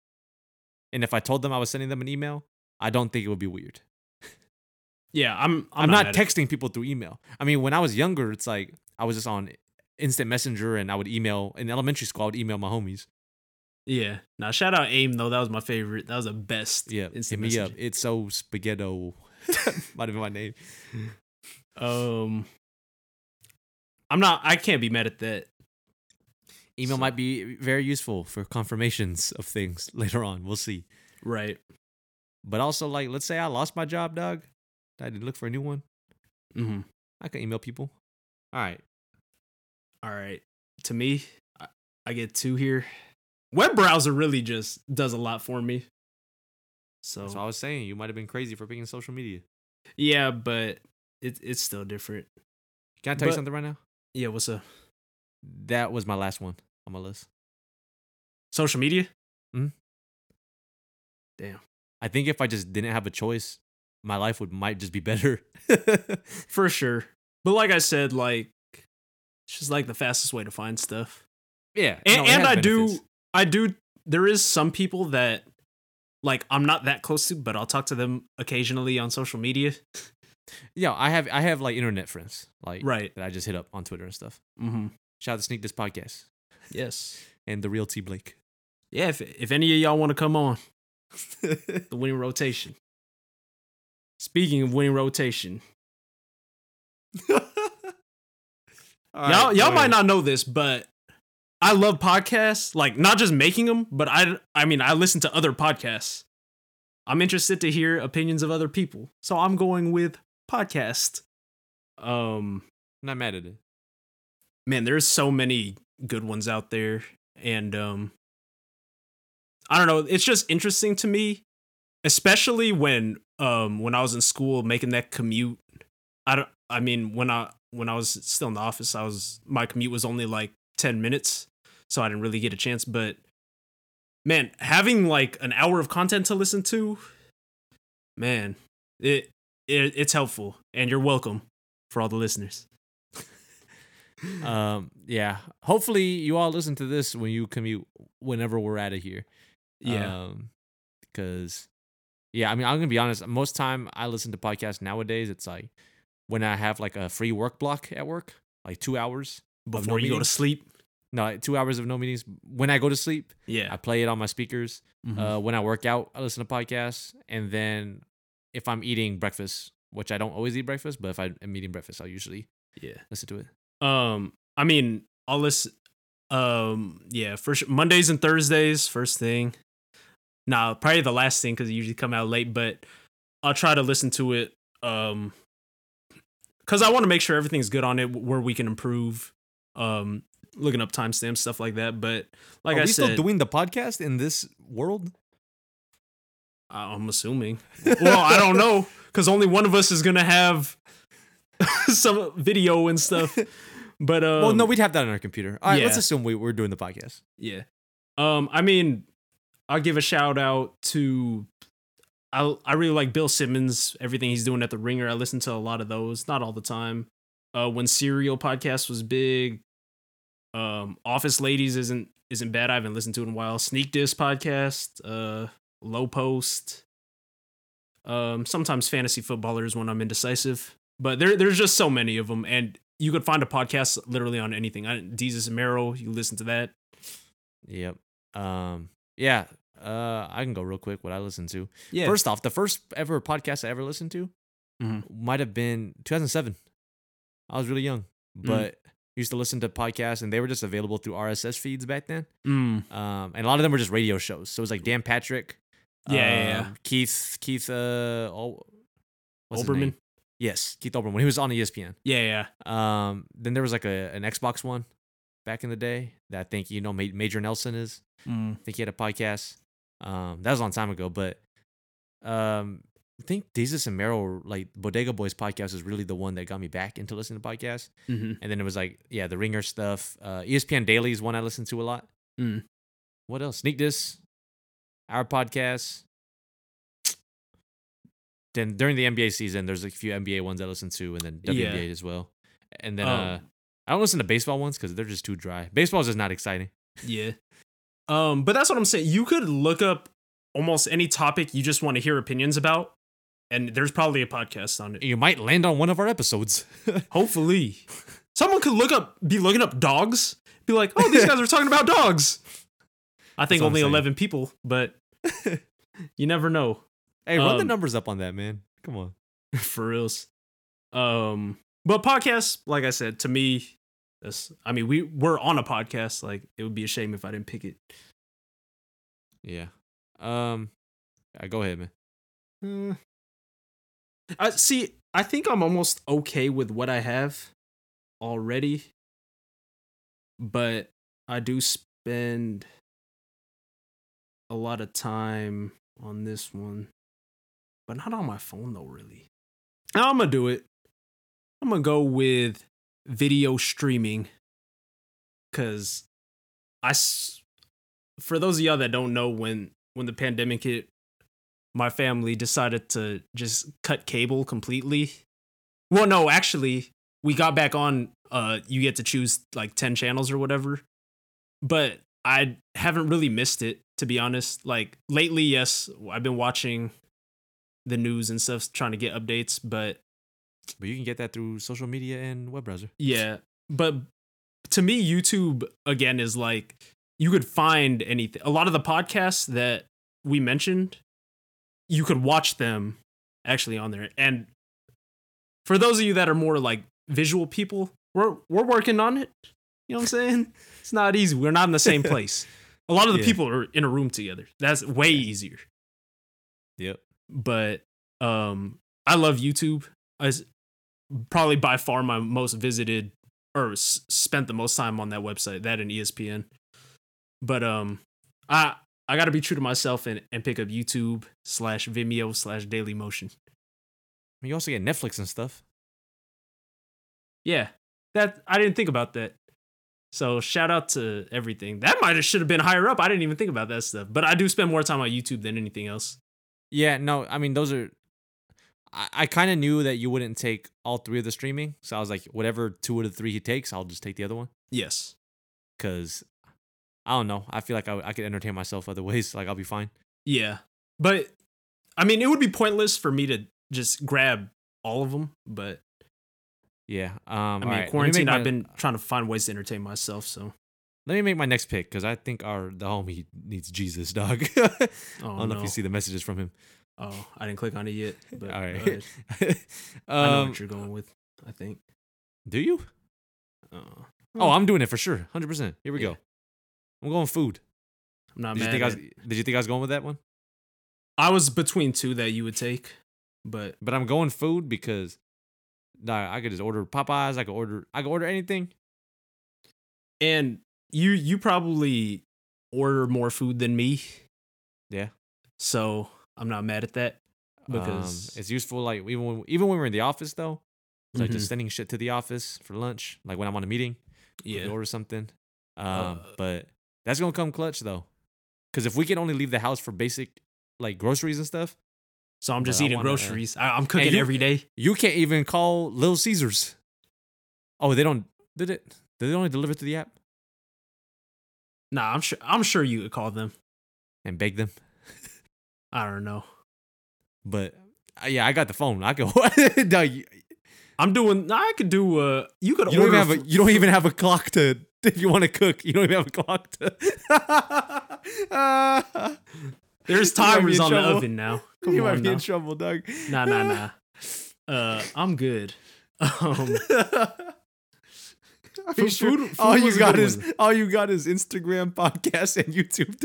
Speaker 1: And if I told them I was sending them an email, I don't think it would be weird.
Speaker 2: Yeah, I'm. I'm,
Speaker 1: I'm, not,
Speaker 2: mad at-
Speaker 1: texting people through email. I mean, when I was younger, it's like I was just on instant messenger and I would email in elementary school, I would email my homies.
Speaker 2: Yeah. Now shout out AIM though. That was my favorite. That was the best.
Speaker 1: Yeah. hit
Speaker 2: Instant
Speaker 1: me up.
Speaker 2: messaging.
Speaker 1: It's so spaghetto. [laughs] Might have been my name.
Speaker 2: Um. I'm not. I can't be mad at that.
Speaker 1: Email
Speaker 2: So-
Speaker 1: might be very useful for confirmations of things [laughs] later on. We'll see.
Speaker 2: Right.
Speaker 1: But also, like, let's say I lost my job, dog. I did look for a new one.
Speaker 2: Mm-hmm.
Speaker 1: I can email people. All right.
Speaker 2: All right. To me, I, I get two here. Web browser really just does a lot for me. So
Speaker 1: That's what I was saying. You might have been crazy for picking social media.
Speaker 2: yeah, but it, it's still different.
Speaker 1: Can I tell you
Speaker 2: But-
Speaker 1: something right now?
Speaker 2: Yeah. What's up?
Speaker 1: That was my last one on my list.
Speaker 2: Social media.
Speaker 1: I think if I just didn't have a choice, my life would might just be better. [laughs]
Speaker 2: for sure. But like I said, like it's just like the fastest way to find stuff.
Speaker 1: yeah,
Speaker 2: And, and I do, I do. There is some people that like I'm not that close to, but I'll talk to them occasionally on social media.
Speaker 1: Yeah, I have I have like internet friends like
Speaker 2: Right.
Speaker 1: that I just hit up on Twitter and stuff.
Speaker 2: Mm-hmm.
Speaker 1: Shout out to Sneak This Podcast
Speaker 2: Yes.
Speaker 1: and the real T Blake.
Speaker 2: Yeah. If if any of y'all want to come on the winning rotation. Speaking of winning rotation, y'all y'all might not know this, but I love podcasts. Like not just making them, but I I mean I listen to other podcasts. I'm interested to hear opinions of other people, so I'm going with podcast. Um,
Speaker 1: I'm not mad at it.
Speaker 2: man, there's so many good ones out there, and um, I don't know. It's just interesting to me, especially when um when I was in school making that commute. I don't. I mean, when I when I was still in the office, I was my commute was only like ten minutes, so I didn't really get a chance. But man, having like an hour of content to listen to, man, it, it it's helpful, and you're welcome for all the listeners.
Speaker 1: Um, yeah. Hopefully you all listen to this when you commute whenever we're out of here.
Speaker 2: Yeah.
Speaker 1: because yeah, I mean, I'm gonna be honest. Most time I listen to podcasts nowadays, it's like when I have like a free work block at work, like two hours. no
Speaker 2: before you go to
Speaker 1: meetings?
Speaker 2: sleep.
Speaker 1: No, like two hours of no meetings. When I go to sleep,
Speaker 2: Yeah.
Speaker 1: mm-hmm.
Speaker 2: Mm-hmm. Uh,
Speaker 1: I play it on my speakers. Uh, when I work out, I listen to podcasts, and then if I'm eating breakfast, which I don't always eat breakfast, but if I am eating breakfast, I'll usually
Speaker 2: Yeah.
Speaker 1: listen to it.
Speaker 2: Um, I mean, I'll listen. Um, yeah, first Mondays and Thursdays, first thing. Nah, probably the last thing because it usually come out late, but I'll try to listen to it. Um, because I want to make sure everything's good on it where we can improve. Um, looking up timestamps, stuff like that. But like
Speaker 1: Are
Speaker 2: I
Speaker 1: we
Speaker 2: said,
Speaker 1: still doing the podcast in this world?
Speaker 2: I- I'm assuming.
Speaker 1: [laughs]
Speaker 2: well, I don't know because only one of us is gonna have [laughs] some video and stuff. But um,
Speaker 1: well, no, we'd have that on our computer. All right, let's
Speaker 2: yeah.
Speaker 1: assume we, we're doing the podcast.
Speaker 2: Yeah. Um, I mean, I'll give a shout out to I I really like Bill Simmons, everything he's doing at the ringer. I listen to a lot of those, not all the time. Uh when Serial Podcast was big. Um Office Ladies isn't isn't bad. I haven't listened to it in a while. Sneak Disc podcast, uh Low Post. Um sometimes fantasy footballers when I'm indecisive. But there there's just so many of them and you could find a podcast literally on anything. I, Jesus Merrill, you listen to that.
Speaker 1: Yep. Um. Yeah. Uh. I can go real quick. What I listen to.
Speaker 2: Yeah.
Speaker 1: First off, the first ever podcast I ever listened to
Speaker 2: Mhm.
Speaker 1: might have been 2007. I was really young, but used to listen to podcasts, and they were just available through RSS feeds back then.
Speaker 2: Mm.
Speaker 1: Um, and a lot of them were just radio shows. So it was like Dan Patrick,
Speaker 2: Yeah, yeah,
Speaker 1: um, Keith, Keith, uh, Ol- what's his
Speaker 2: Olbermann.
Speaker 1: name? Yes, Keith Olbermann. He was on E ESPN.
Speaker 2: Yeah, yeah.
Speaker 1: Um, then there was like a an Xbox one back in the day that I think you know Ma- Major Nelson is.
Speaker 2: Mm.
Speaker 1: I think he had a podcast. Um, that was a long time ago, but um, I think Jesus and Merrill, like Bodega Boys podcast, is really the one that got me back into listening to podcasts.
Speaker 2: Mm-hmm.
Speaker 1: And then it was like, yeah, the Ringer stuff. Uh, ESPN Daily is one I listen to a lot.
Speaker 2: Mm.
Speaker 1: What else? Sneak This, our podcast. Then during the NBA season, there's a few NBA ones I listen to, and then
Speaker 2: Yeah.
Speaker 1: WNBA as well. And then
Speaker 2: Um,
Speaker 1: uh, I don't listen to baseball ones because they're just too dry. Baseball's just not exciting.
Speaker 2: Yeah. Um, but that's what I'm saying. You could look up almost any topic you just want to hear opinions about, and there's probably a podcast on it.
Speaker 1: You might land on one of our episodes. [laughs]
Speaker 2: [laughs] Hopefully, someone could look up, be looking up dogs, be like, "Oh, these guys are talking about dogs." [laughs] I think
Speaker 1: what I'm
Speaker 2: only
Speaker 1: saying.
Speaker 2: eleven people, [laughs] but you never know.
Speaker 1: Hey, run the
Speaker 2: Um,
Speaker 1: numbers up on that, man. Come on.
Speaker 2: [laughs] for reals. Um, but podcasts, like I said, to me, that's I mean, we we're on a podcast. Like it would be a shame if I didn't pick it.
Speaker 1: Yeah. Um. yeah, go ahead, man.
Speaker 2: Mm. I see. I think I'm almost okay with what I have already, but I do spend a lot of time on this one, but not on my phone though. Really, I'm gonna do it. I'm gonna go with video streaming because I. s- For those of y'all that don't know, when when the pandemic hit, my family decided to just cut cable completely. Well, no, actually, we got back on uh you get to choose like 10 channels or whatever. But I haven't really missed it to be honest. Like lately, yes, I've been watching the news and stuff trying to get updates, but
Speaker 1: But you can get that through social media and web browser.
Speaker 2: yeah, but to me, YouTube again is like you could find anything. A lot of the podcasts that we mentioned, you could watch them actually on there. And for those of you that are more like visual people, we're we're working on it. You know what I'm saying? It's not easy. We're not in the same place. A lot of the
Speaker 1: Yeah.
Speaker 2: people are in a room together. That's way easier
Speaker 1: Yep.
Speaker 2: but um i love youtube as probably by far my most visited or s- spent the most time on that website that and E espn but um i i gotta be true to myself and, and pick up youtube slash vimeo slash daily motion
Speaker 1: You also get Netflix and stuff.
Speaker 2: yeah that i didn't think about that so shout out to everything that might have should have been higher up i didn't even think about that stuff but i do spend more time on youtube than anything else
Speaker 1: Yeah. No, I mean those are. I, I kind of knew that you wouldn't take all three of the streaming, so I was like, whatever two out of the three he takes, I'll just take the other one.
Speaker 2: yes
Speaker 1: Cause I don't know. I feel like I I could entertain myself other [laughs] ways. Like I'll be fine.
Speaker 2: Yeah. But I mean, it would be pointless for me to just grab all of them, but
Speaker 1: Yeah. Um.
Speaker 2: I mean, quarantine, I've been trying to find ways to entertain myself, so
Speaker 1: Let me make my next pick because I think our the homie needs Jesus, dog. [laughs]
Speaker 2: I don't
Speaker 1: I don't know
Speaker 2: know.
Speaker 1: if you see the messages from him. [laughs]
Speaker 2: Oh, I didn't click on it yet. But
Speaker 1: All right.
Speaker 2: uh, I know
Speaker 1: um,
Speaker 2: what you're going with. I think.
Speaker 1: do you?
Speaker 2: Uh,
Speaker 1: Oh, I'm doing it for sure. 100%. Here we
Speaker 2: Yeah.
Speaker 1: go. I'm going food.
Speaker 2: I'm not
Speaker 1: Did you
Speaker 2: mad.
Speaker 1: think I was
Speaker 2: at-
Speaker 1: did you think I was going with that one?
Speaker 2: I was between two that you would take, but
Speaker 1: But I'm going food because nah, I could just order Popeyes, I could order I could order anything.
Speaker 2: and you you probably order more food than me.
Speaker 1: Yeah.
Speaker 2: So I'm not mad at that.
Speaker 1: Because
Speaker 2: Because-
Speaker 1: um, it's useful like even when even when we're in the office though. It's like
Speaker 2: Mhm.
Speaker 1: just sending shit to the office for lunch, like when I'm on a meeting. we could
Speaker 2: yeah.
Speaker 1: order something. Um,
Speaker 2: Uh,
Speaker 1: but that's gonna come clutch though, because if we can only leave the house for basic like groceries and stuff,
Speaker 2: So I'm just
Speaker 1: But I
Speaker 2: eating
Speaker 1: wanna, uh,
Speaker 2: groceries. I, I'm cooking
Speaker 1: you-
Speaker 2: every day.
Speaker 1: you can't even call Little Caesars. Oh, they don't did it? Did they only deliver through the app
Speaker 2: Nah, I'm sure. I'm sure you could call them.
Speaker 1: and beg them?
Speaker 2: I don't know.
Speaker 1: But uh, yeah, I got the phone. I go. [laughs] no, you,
Speaker 2: I'm doing. Nah, I could do. Uh, you could
Speaker 1: you don't
Speaker 2: order.
Speaker 1: even have a
Speaker 2: fo-
Speaker 1: you don't even have a clock to [laughs] if you want to cook. You don't even have a clock [laughs] to.
Speaker 2: There's
Speaker 1: [laughs] You might be in
Speaker 2: timers on the
Speaker 1: trouble.
Speaker 2: oven now. Come
Speaker 1: you might
Speaker 2: on
Speaker 1: be
Speaker 2: now.
Speaker 1: in trouble, dog.
Speaker 2: nah,
Speaker 1: [laughs]
Speaker 2: nah, nah. Uh, I'm good. [laughs] Um,
Speaker 1: Are
Speaker 2: Food-
Speaker 1: you sure?
Speaker 2: food- food
Speaker 1: all you
Speaker 2: was a
Speaker 1: got
Speaker 2: good
Speaker 1: is all you got is Instagram, [laughs] podcast, and YouTube.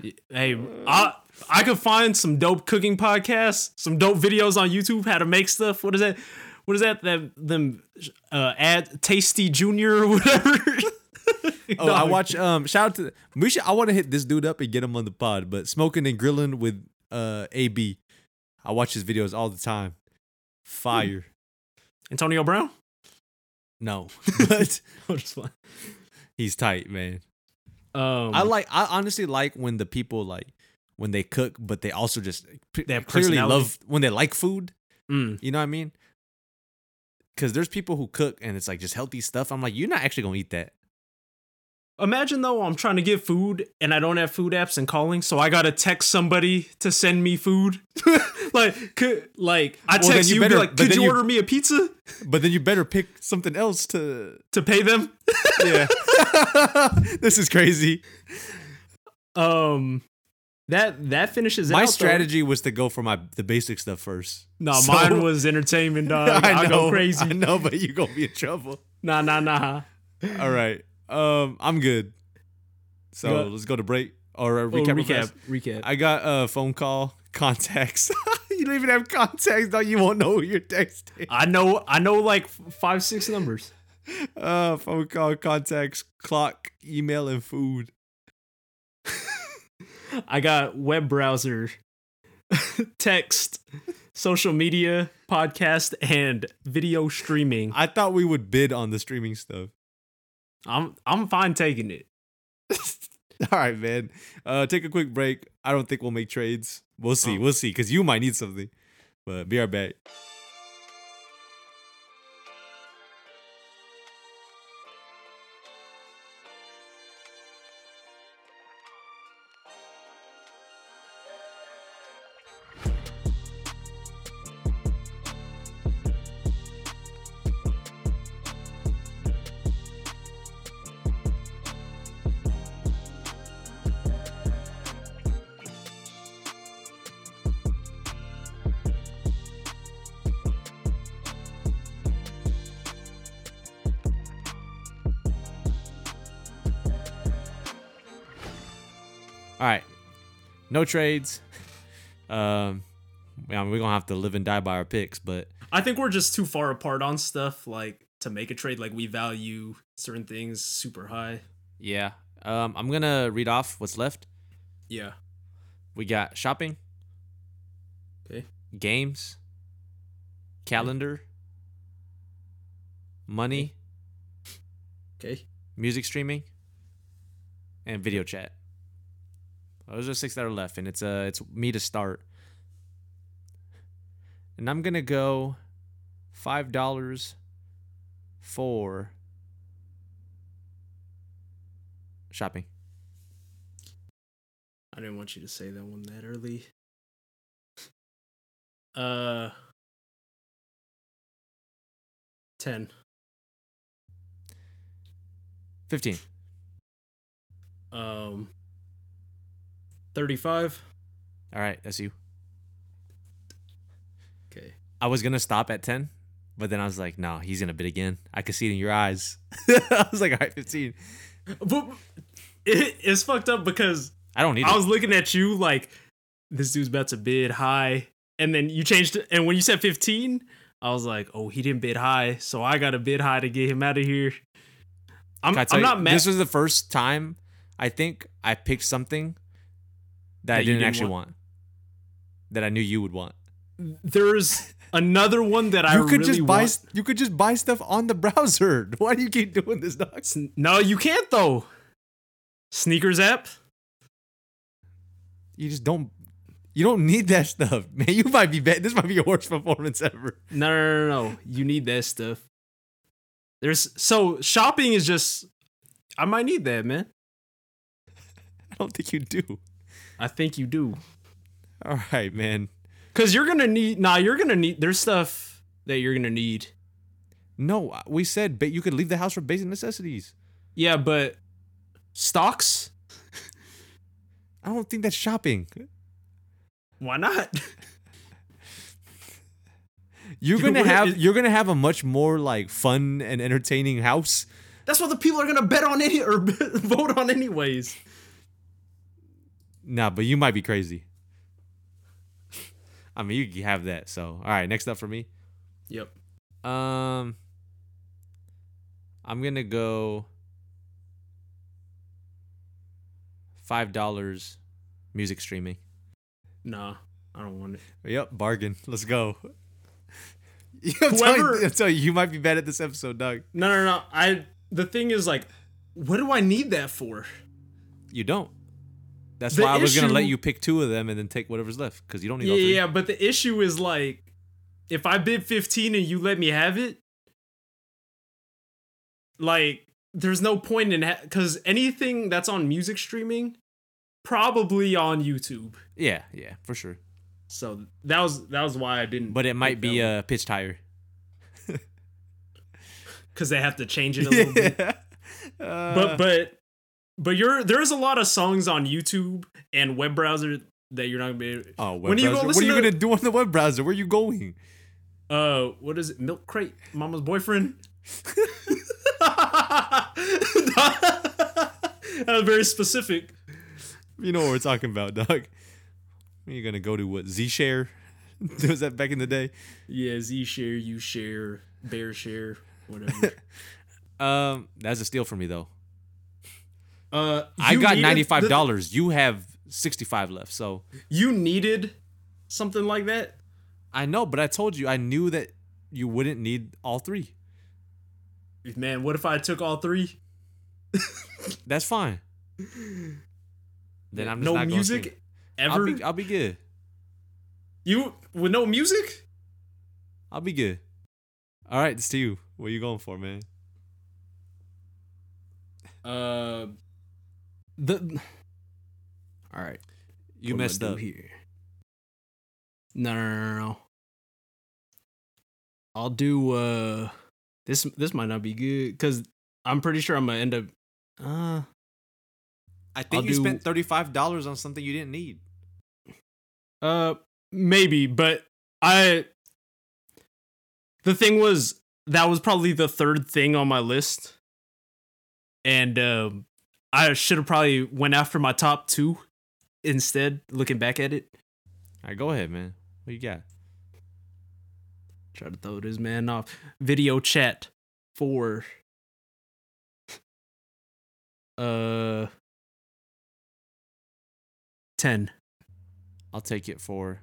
Speaker 1: [laughs]
Speaker 2: hey, I I could find some dope cooking podcasts, some dope videos on YouTube, how to make stuff. What is that? What is that? That them uh, ad Tasty Junior or [laughs] whatever.
Speaker 1: oh,
Speaker 2: [laughs]
Speaker 1: I watch. Um, shout out to we should. I want to hit this dude up and get him on the pod. But smoking and grilling with uh AB, I watch his videos all the time. Fire.
Speaker 2: Antonio Brown. [laughs]
Speaker 1: [laughs] No, but
Speaker 2: I'm just playing.
Speaker 1: he's tight, man.
Speaker 2: Um,
Speaker 1: I like. I honestly like when the people like when they cook, but they also just p-
Speaker 2: They have
Speaker 1: clearly
Speaker 2: personality.
Speaker 1: love when they like food.
Speaker 2: Mm,
Speaker 1: You know what I mean? Because there's people who cook and it's like just healthy stuff. I'm like, you're not actually gonna eat that.
Speaker 2: imagine though, I'm trying to get food and I don't have food apps and calling, so I gotta text somebody to send me food. [laughs] like, could, like I
Speaker 1: Well, then
Speaker 2: text
Speaker 1: you
Speaker 2: you,
Speaker 1: better-
Speaker 2: be like,
Speaker 1: but
Speaker 2: could
Speaker 1: then
Speaker 2: you
Speaker 1: you-
Speaker 2: order me a pizza
Speaker 1: But then you better pick something else to.
Speaker 2: to pay them? [laughs]
Speaker 1: Yeah. [laughs] this is crazy.
Speaker 2: Um, that that finishes
Speaker 1: my
Speaker 2: out, though.
Speaker 1: strategy was to go for my the basic stuff first.
Speaker 2: Nah,
Speaker 1: So-
Speaker 2: mine
Speaker 1: [laughs]
Speaker 2: was entertainment. Dog. I, go
Speaker 1: I [laughs]
Speaker 2: crazy.
Speaker 1: know, but you're gonna be in trouble.
Speaker 2: Nah, nah, nah.
Speaker 1: All right. Um, I'm good. So
Speaker 2: Go-
Speaker 1: let's go to break or uh,
Speaker 2: Oh,
Speaker 1: recap. real
Speaker 2: recap,
Speaker 1: fast.
Speaker 2: recap.
Speaker 1: I got a phone call [laughs] contacts. you don't even have contacts, though. You won't know who you're texting. [laughs]
Speaker 2: I know, I know, like f- five, six numbers.
Speaker 1: Uh, phone call contacts, clock, email, and food.
Speaker 2: I got web browser, [laughs] text, social media, podcast, and video streaming.
Speaker 1: I thought we would bid on the streaming stuff. [laughs]
Speaker 2: I'm I'm fine taking it.
Speaker 1: All right, man. Uh, take a quick break. I don't think we'll make trades. We'll see.
Speaker 2: Oh.
Speaker 1: We'll see. Cause you might need something. But be right back. All right. No trades. [laughs] Um, yeah, we're gonna have to live and die by our picks. But
Speaker 2: I think we're just too far apart on stuff like to make a trade. Like we value certain things super high.
Speaker 1: yeah, um, I'm gonna read off what's left.
Speaker 2: Yeah.
Speaker 1: We got shopping,
Speaker 2: Okay.
Speaker 1: games, calendar, money,
Speaker 2: Okay.
Speaker 1: music streaming, and video chat. Those are six that are left, and it's uh it's me to start. And I'm gonna go five dollars for shopping.
Speaker 2: I didn't want you to say that one that early. [laughs] Uh. Ten.
Speaker 1: Fifteen.
Speaker 2: Um. Thirty-five.
Speaker 1: All right, that's you.
Speaker 3: Okay.
Speaker 1: I was gonna stop at ten, but then I was like, no, he's gonna bid again. I could see it in your eyes. [laughs] I was like, all right, fifteen.
Speaker 2: But it, it's fucked up because
Speaker 1: I don't need
Speaker 2: I
Speaker 1: it.
Speaker 2: was looking at you like this dude's about to bid high, and then you changed. it- And when you said fifteen, I was like, oh, he didn't bid high, so I got to bid high to get him out of here. I'm,
Speaker 1: Can I tell
Speaker 2: I'm
Speaker 1: you,
Speaker 2: not mad.
Speaker 1: This was the first time I think I picked something that, I
Speaker 2: That you
Speaker 1: didn't,
Speaker 2: didn't
Speaker 1: actually want. That I knew you would want.
Speaker 2: There's another one that I
Speaker 1: you could
Speaker 2: really
Speaker 1: just buy.
Speaker 2: want.
Speaker 1: s- You could just buy stuff on the [laughs] browser. Why do you keep doing this, dog?
Speaker 2: Sn- No, you can't though. Sneakers app.
Speaker 1: You just don't. You don't need that stuff, [laughs] man. You might be bad. This might be your worst performance ever.
Speaker 2: No, no, no, no, no. You need that stuff. There's so shopping is just. I might need that, man.
Speaker 1: I don't think you do.
Speaker 2: I think you do.
Speaker 1: All right, man.
Speaker 2: Cause you're gonna need. Nah, you're gonna need. There's stuff that you're gonna need.
Speaker 1: No, I- we said ba- you could leave the house for basic necessities.
Speaker 2: Yeah, but stocks.
Speaker 1: I don't think that's shopping.
Speaker 2: Why not? [laughs]
Speaker 1: You're
Speaker 2: You
Speaker 1: gonna
Speaker 2: wouldn't-
Speaker 1: have
Speaker 2: it-
Speaker 1: you're gonna have a much more like fun and entertaining house.
Speaker 2: That's what the people are gonna bet on any or [laughs] vote on anyways.
Speaker 1: Nah, but you might be crazy. [laughs] I mean, you can have that. So, all right, next up for me.
Speaker 2: Yep.
Speaker 1: Um, I'm gonna go five dollars music streaming.
Speaker 2: Nah, I don't want it.
Speaker 1: Yep, bargain. Let's go. [laughs] I'm, telling,
Speaker 2: Whoever-
Speaker 1: I'm telling you, you might be bad at this episode, Doug.
Speaker 2: No, no, no. I. The thing is, like, what do I need that for?
Speaker 1: You don't. That's
Speaker 2: The
Speaker 1: why I was gonna let
Speaker 2: issue-
Speaker 1: you pick two of them and then take whatever's left because you don't need all
Speaker 2: Yeah,
Speaker 1: three.
Speaker 2: yeah, but the issue is like, if I bid fifteen and you let me have it, like, there's no point in because anything that's on music streaming, probably on YouTube.
Speaker 1: Yeah, yeah, for sure.
Speaker 2: So that was that was why I didn't.
Speaker 1: But it might be uh, pitched
Speaker 2: [laughs]
Speaker 1: higher.
Speaker 2: because they have to
Speaker 1: [laughs]
Speaker 2: change it a little bit. But but but you're there's a lot of songs on YouTube and web browser that you're not gonna be.
Speaker 1: oh, web
Speaker 2: when you go
Speaker 1: browser. What are
Speaker 2: listen
Speaker 1: you
Speaker 2: to-
Speaker 1: gonna do on the web browser? Where are you going?
Speaker 2: uh what is it milk crate
Speaker 1: [laughs]
Speaker 2: mama's boyfriend [laughs] that was very specific
Speaker 1: You know what we're talking about, [laughs] Doug. You're gonna go to what Z Share? [laughs] Was that back in the day?
Speaker 2: yeah z share you share bear share
Speaker 1: [laughs]
Speaker 2: whatever
Speaker 1: Um, that's a steal for me though.
Speaker 2: uh
Speaker 1: I
Speaker 2: you
Speaker 1: got
Speaker 2: needed-
Speaker 1: ninety five
Speaker 2: the-
Speaker 1: dollars. You have sixty five left. So
Speaker 2: you needed something like that
Speaker 1: I know, but I told you I knew that you wouldn't need all three.
Speaker 2: man what if i took all three
Speaker 1: That's
Speaker 2: [laughs]
Speaker 1: fine. Then I'm just
Speaker 2: no
Speaker 1: not gonna stream.
Speaker 2: music ever
Speaker 1: I'll be, I'll be good.
Speaker 2: you with no music
Speaker 1: I'll be good. All right, it's to you. What are you going for, man?
Speaker 2: uh the all right
Speaker 1: You
Speaker 2: What am I
Speaker 1: messed
Speaker 2: do
Speaker 1: up.
Speaker 2: here. No, no, no, no, no. I'll do uh this this might not be good cuz I'm pretty sure I'm going to end up uh
Speaker 1: I
Speaker 2: I'll do-
Speaker 1: thirty five dollars on something you didn't need.
Speaker 2: uh maybe, but I The thing was that was probably the third thing on my list. And um I should have probably went after my top 2 instead looking back at it.
Speaker 1: All right, go ahead, man. What you got?
Speaker 2: Try to throw this man off. Video chat for [laughs] uh ten.
Speaker 1: I'll take it for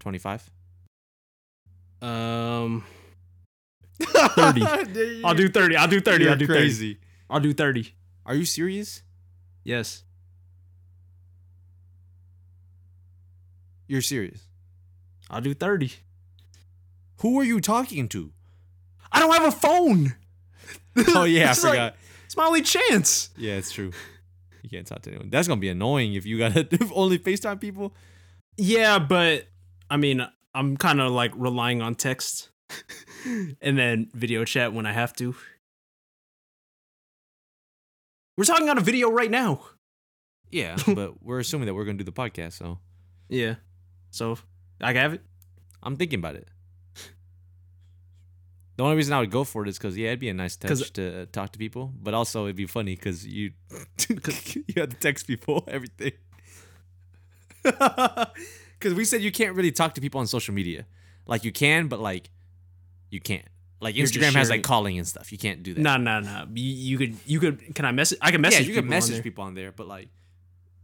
Speaker 1: twenty five.
Speaker 2: Um [laughs] Thirty. I'll do thirty. I'll do 30 I'll do thirty.
Speaker 1: crazy.
Speaker 2: I'll do thirty.
Speaker 1: Are you serious?
Speaker 2: Yes.
Speaker 1: You're serious.
Speaker 2: I'll do thirty.
Speaker 1: Who are you talking to?
Speaker 2: I don't have a phone.
Speaker 1: Oh yeah, I
Speaker 2: [laughs] It's like-
Speaker 1: forgot.
Speaker 2: It's my only chance.
Speaker 1: yeah, it's true. You can't talk to anyone. That's gonna be annoying if you gotta [laughs] if only FaceTime
Speaker 2: [laughs]
Speaker 1: people.
Speaker 2: Yeah, but I mean I'm kinda like relying on [laughs] text and then video chat when I have to. We're talking on a video right now. [laughs]
Speaker 1: Yeah, but we're assuming that we're gonna do the podcast, so
Speaker 2: Yeah. So I can have it.
Speaker 1: I'm thinking about it. The only reason I would go for it is because yeah, it'd be a nice
Speaker 2: 'Cause-
Speaker 1: touch to uh, talk to people, but also it'd be funny because you [laughs] you have to text people [laughs] everything. Because we said you can't really talk to people on social media, like you can, but like you can't. Like
Speaker 2: You're just
Speaker 1: Instagram has
Speaker 2: sharing
Speaker 1: like
Speaker 2: it.
Speaker 1: calling and stuff. You can't do that.
Speaker 2: No, no, no. You, you could you could can I message I can message
Speaker 1: yeah, you can
Speaker 2: people on
Speaker 1: message
Speaker 2: there.
Speaker 1: people on there, but like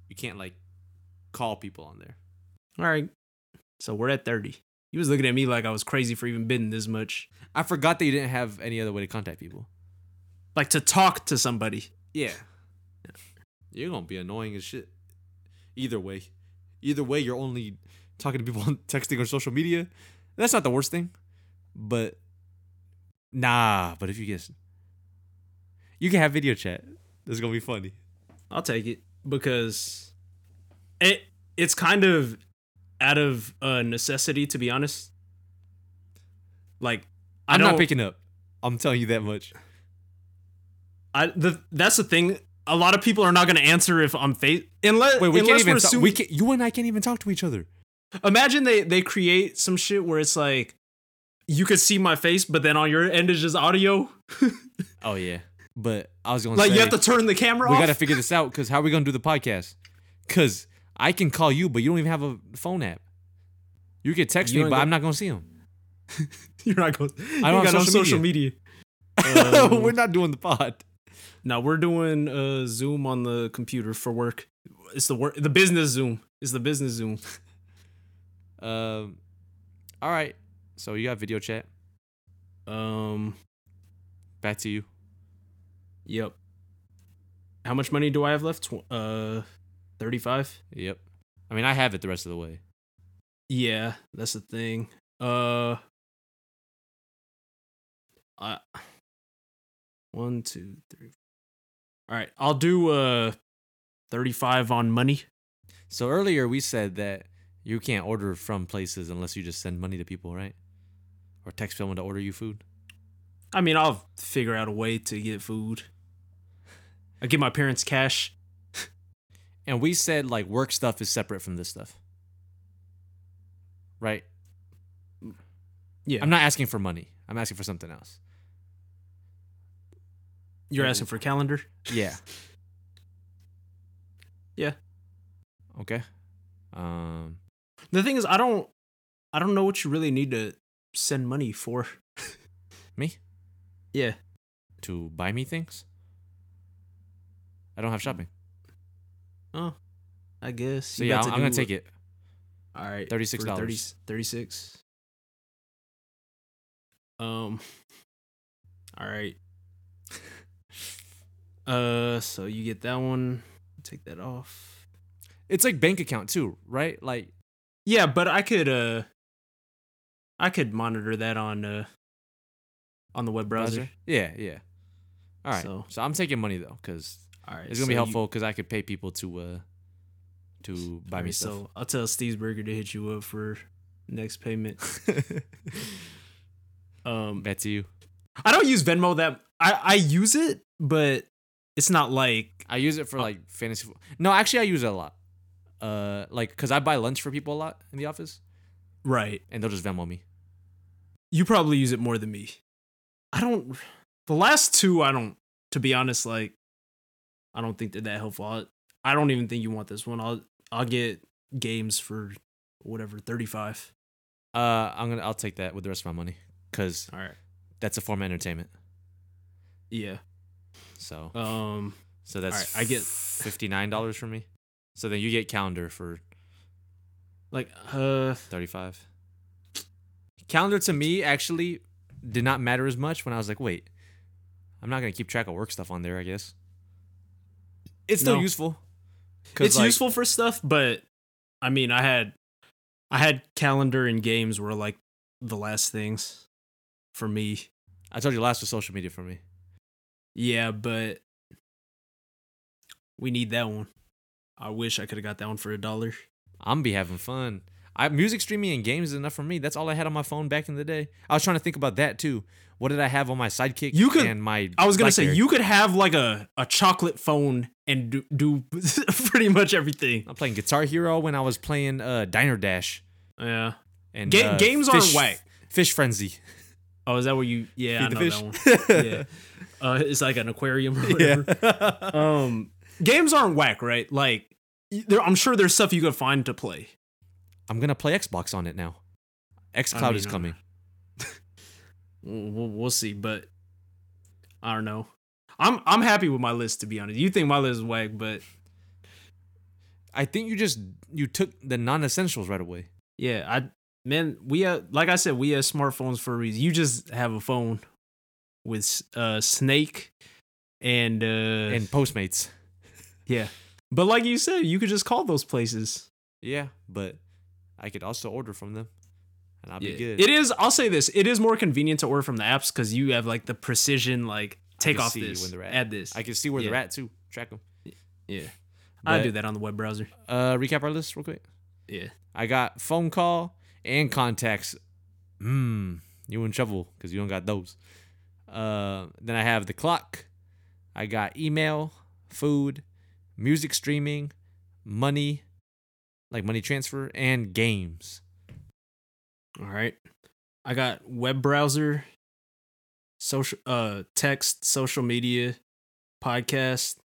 Speaker 1: you can't like call people on there.
Speaker 2: All right. So we're at 30. He was looking at me like I was crazy for even bidding this much.
Speaker 1: I forgot that you didn't have any other way to contact people.
Speaker 2: Like to talk to somebody.
Speaker 1: Yeah. You're gonna be annoying as shit. Either way. Either way, you're only talking to people [laughs] on texting or social media. That's not the worst thing. But nah, but if you get you can have video chat. That's gonna be funny.
Speaker 2: I'll take it because it it's kind of out of uh, necessity to be honest. Like I
Speaker 1: I'm
Speaker 2: don't
Speaker 1: not picking up. I'm telling you that much.
Speaker 2: I the that's the thing. A lot of people are not going to answer if I'm face unless
Speaker 1: Wait, we
Speaker 2: unless
Speaker 1: can't even
Speaker 2: we're
Speaker 1: talk.
Speaker 2: assuming-
Speaker 1: we can you and I can't even talk to each other.
Speaker 2: imagine they they create some shit where it's like you could see my face, but then on your end is just audio.
Speaker 1: Oh yeah. But I was gonna
Speaker 2: Like
Speaker 1: say
Speaker 2: you have to turn the camera
Speaker 1: we
Speaker 2: off.
Speaker 1: gotta figure this out because how are we gonna do the podcast? Cause I can call you, but you don't even have a phone app. You can text
Speaker 2: You
Speaker 1: me,
Speaker 2: ain't
Speaker 1: but
Speaker 2: got-
Speaker 1: I'm not gonna see him.
Speaker 2: [laughs] You're not going. I
Speaker 1: don't
Speaker 2: don't
Speaker 1: have
Speaker 2: got on
Speaker 1: social
Speaker 2: social media.
Speaker 1: [laughs]
Speaker 2: Um,
Speaker 1: We're not doing the pod.
Speaker 2: no, we're doing uh, Zoom on the computer for work. It's the work, the business Zoom. It's the business Zoom.
Speaker 1: Um, all right. So you got video chat.
Speaker 2: Um,
Speaker 1: Back to you.
Speaker 2: yep. How much money do I have left? Tw- uh, thirty-five.
Speaker 1: Yep. I mean, I have it the rest of the way.
Speaker 2: Yeah, that's the thing. Uh I one, two, three. All right, I'll do uh 35 on money.
Speaker 1: So earlier we said that you can't order from places unless you just send money to people, right? Or text someone to order you food.
Speaker 2: I mean, I'll figure out a way to get food. I give my parents cash.
Speaker 1: And we said like work stuff is separate from this stuff. Right?
Speaker 2: Yeah.
Speaker 1: I'm not asking for money. I'm asking for something else.
Speaker 2: You're asking for calendar?
Speaker 1: [laughs] Yeah.
Speaker 2: Yeah.
Speaker 1: Okay. Um
Speaker 2: The thing is I don't I don't know what you really need to send money for.
Speaker 1: me
Speaker 2: Yeah.
Speaker 1: to buy me things? I don't have
Speaker 2: Mm-hmm.
Speaker 1: shopping.
Speaker 2: Oh. I guess.
Speaker 1: So yeah, I'm, I'm going to take it.
Speaker 2: All right,
Speaker 1: $36.
Speaker 2: for 30 Thirty-six. Um. All right. Uh, so you get that one. Take that off.
Speaker 1: It's like bank account too, right? Like
Speaker 2: Yeah, but I could uh, I could monitor that on uh, on the web browser.
Speaker 1: Yeah, yeah. All right. So,
Speaker 2: So-
Speaker 1: I'm taking money though cuz
Speaker 2: All right,
Speaker 1: it's going to
Speaker 2: so
Speaker 1: be
Speaker 2: you-
Speaker 1: helpful cuz I could pay people to uh to buy
Speaker 2: all
Speaker 1: me
Speaker 2: right,
Speaker 1: stuff.
Speaker 2: So I'll tell Steve's Burger to hit you up for next [laughs] payment. Um,
Speaker 1: Back to you.
Speaker 2: I don't use Venmo that I I use it, but it's not like
Speaker 1: I use it for like fantasy. fo- No, actually, I use it a lot. Uh, like, cause I buy lunch for people a lot in the office,
Speaker 2: right.
Speaker 1: and they'll just Venmo me.
Speaker 2: you probably use it more than me. I don't. The last two, I don't. To be honest, like, I don't think they're that helpful. I, I don't even think you want this one. I'll I'll get games for whatever thirty five.
Speaker 1: Uh, I'm gonna I'll take that with the rest of my money, cause
Speaker 2: All right.
Speaker 1: that's a form of entertainment.
Speaker 2: Yeah.
Speaker 1: So,
Speaker 2: Um.
Speaker 1: so that's
Speaker 2: alright, I get-
Speaker 1: fifty nine dollars from me. So then you get calendar for
Speaker 2: Like. Uh.
Speaker 1: thirty five. Calendar to me actually did not matter as much when I was like, wait, I'm not gonna keep track of work stuff on there. I guess it's still
Speaker 2: No.
Speaker 1: useful. 'Cause,
Speaker 2: It's
Speaker 1: like,
Speaker 2: useful for stuff, but I mean, I had, I had calendar and games were like the last things for me.
Speaker 1: I told you last was social media for me.
Speaker 2: Yeah, but we need that one. I wish I could have got that one for a dollar.
Speaker 1: I'm be having fun. I music streaming and games is enough for me. That's all I had on my phone back in the day. I was trying to think about that too. What did I have on my sidekick?
Speaker 2: You could-
Speaker 1: and my
Speaker 2: I was gonna
Speaker 1: Blackberry?
Speaker 2: say you could have like a, a chocolate phone and do, do [laughs] pretty much everything.
Speaker 1: I'm playing Guitar Hero when I was playing uh Diner Dash
Speaker 2: Yeah.
Speaker 1: and
Speaker 2: Ga-
Speaker 1: uh,
Speaker 2: games aren't
Speaker 1: Fish,
Speaker 2: whack.
Speaker 1: Fish Frenzy.
Speaker 2: Oh, is that where you? Yeah, I
Speaker 1: Feed
Speaker 2: know
Speaker 1: [laughs] the
Speaker 2: that
Speaker 1: [laughs]
Speaker 2: one. Yeah, uh, it's like an aquarium. Or whatever. Um, games aren't whack, right? Like, y- there, I'm sure there's stuff you could find to play.
Speaker 1: I'm gonna play Xbox on it now. XCloud is
Speaker 2: mean,
Speaker 1: coming.
Speaker 2: We'll, we'll- we'll see, but I don't know. I'm I'm happy with my list to be honest. You think my list is whack, but
Speaker 1: I think you just you took the non-essentials right away.
Speaker 2: yeah, I man, we have like I said, we have smartphones for a reason. You just have a phone with uh Snake and uh
Speaker 1: And Postmates.
Speaker 2: yeah. But like you said, you could just call those places.
Speaker 1: Yeah, but I could also order from them, and I'll be
Speaker 2: Yeah.
Speaker 1: good.
Speaker 2: It is. I'll say this. It is more convenient to order from the apps because you have like the precision. Like take
Speaker 1: can
Speaker 2: off
Speaker 1: see
Speaker 2: this,
Speaker 1: when they're at-
Speaker 2: add this.
Speaker 1: I can see where they're
Speaker 2: Yeah.
Speaker 1: at too. Track them.
Speaker 2: yeah, I
Speaker 1: But-
Speaker 2: do that on the web browser.
Speaker 1: Uh, recap our list real quick.
Speaker 2: Yeah,
Speaker 1: I got phone call and contacts. Mmm, you in trouble because you don't got those. Uh, then I have the clock. I got email, food, music streaming, money, like money transfer, and games.
Speaker 2: all right. I got web browser, social, uh, text, social media, podcast,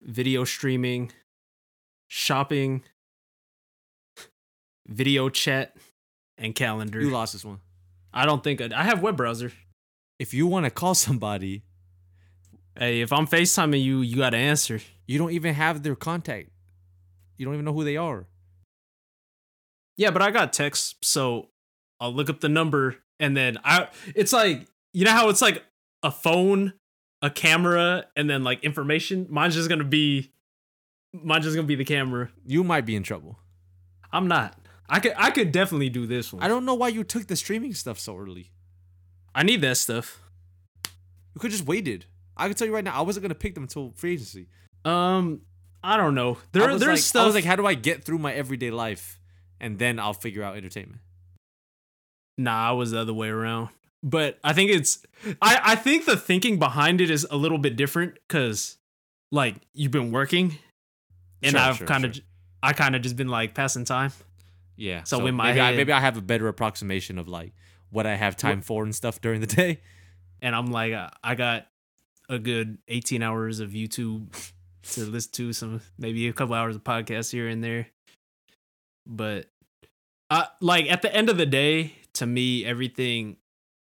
Speaker 2: video streaming, shopping, video chat, and calendar.
Speaker 1: You lost this one.
Speaker 2: I don't think I, I have web browser.
Speaker 1: If you want to call somebody,
Speaker 2: Hey, if I'm FaceTiming you, you got to answer.
Speaker 1: you don't even have their contact. You don't even know who they are.
Speaker 2: Yeah, but I got texts, so I'll look up the number and then I it's like you know how it's like a phone, a camera, and then like information? Mine's just gonna be mine's just gonna be the camera.
Speaker 1: You might be in trouble.
Speaker 2: I'm not. I could I could definitely do this one.
Speaker 1: I don't know why you took the streaming stuff so early.
Speaker 2: I need that stuff.
Speaker 1: You could just waited. I can tell you right now, I wasn't gonna pick them until free agency.
Speaker 2: Um I don't know. There
Speaker 1: I was
Speaker 2: there's
Speaker 1: like,
Speaker 2: stuff
Speaker 1: I was like, how do I get through my everyday life, and then I'll figure out entertainment.
Speaker 2: Nah, I was the other way around. But I think it's I I think the thinking behind it is a little bit different cuz like you've been working and
Speaker 1: Sure,
Speaker 2: I've
Speaker 1: sure,
Speaker 2: kind of
Speaker 1: sure.
Speaker 2: I kind of just been like passing time.
Speaker 1: Yeah.
Speaker 2: So in my
Speaker 1: maybe I,
Speaker 2: head-
Speaker 1: maybe I have a better approximation of like what I have time for and stuff during the day.
Speaker 2: and I'm like, I I got a good 18 hours of YouTube to listen to, some maybe a couple hours of podcasts here and there. But uh, like at the end of the day, to me, everything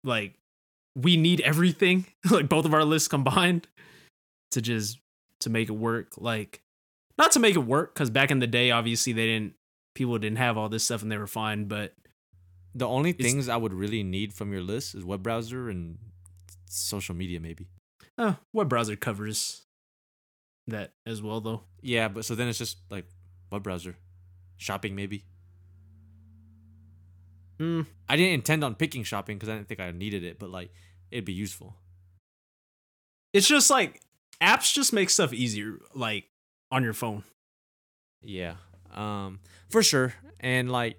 Speaker 2: like we need everything [laughs] like both of our lists combined to just to make it work. Like not to make it work because back in the day, obviously they didn't people didn't have all this stuff and they were fine, but
Speaker 1: The only
Speaker 2: It's-
Speaker 1: things I would really need from your list is web browser and social media, maybe.
Speaker 2: uh, web browser covers that as well though.
Speaker 1: Yeah, but so then it's just like web browser, shopping maybe.
Speaker 2: Mm,
Speaker 1: I didn't intend on picking shopping because I didn't think I needed it, but like it'd be useful.
Speaker 2: it's just like apps just make stuff easier like on your phone
Speaker 1: Yeah, um, for sure. And like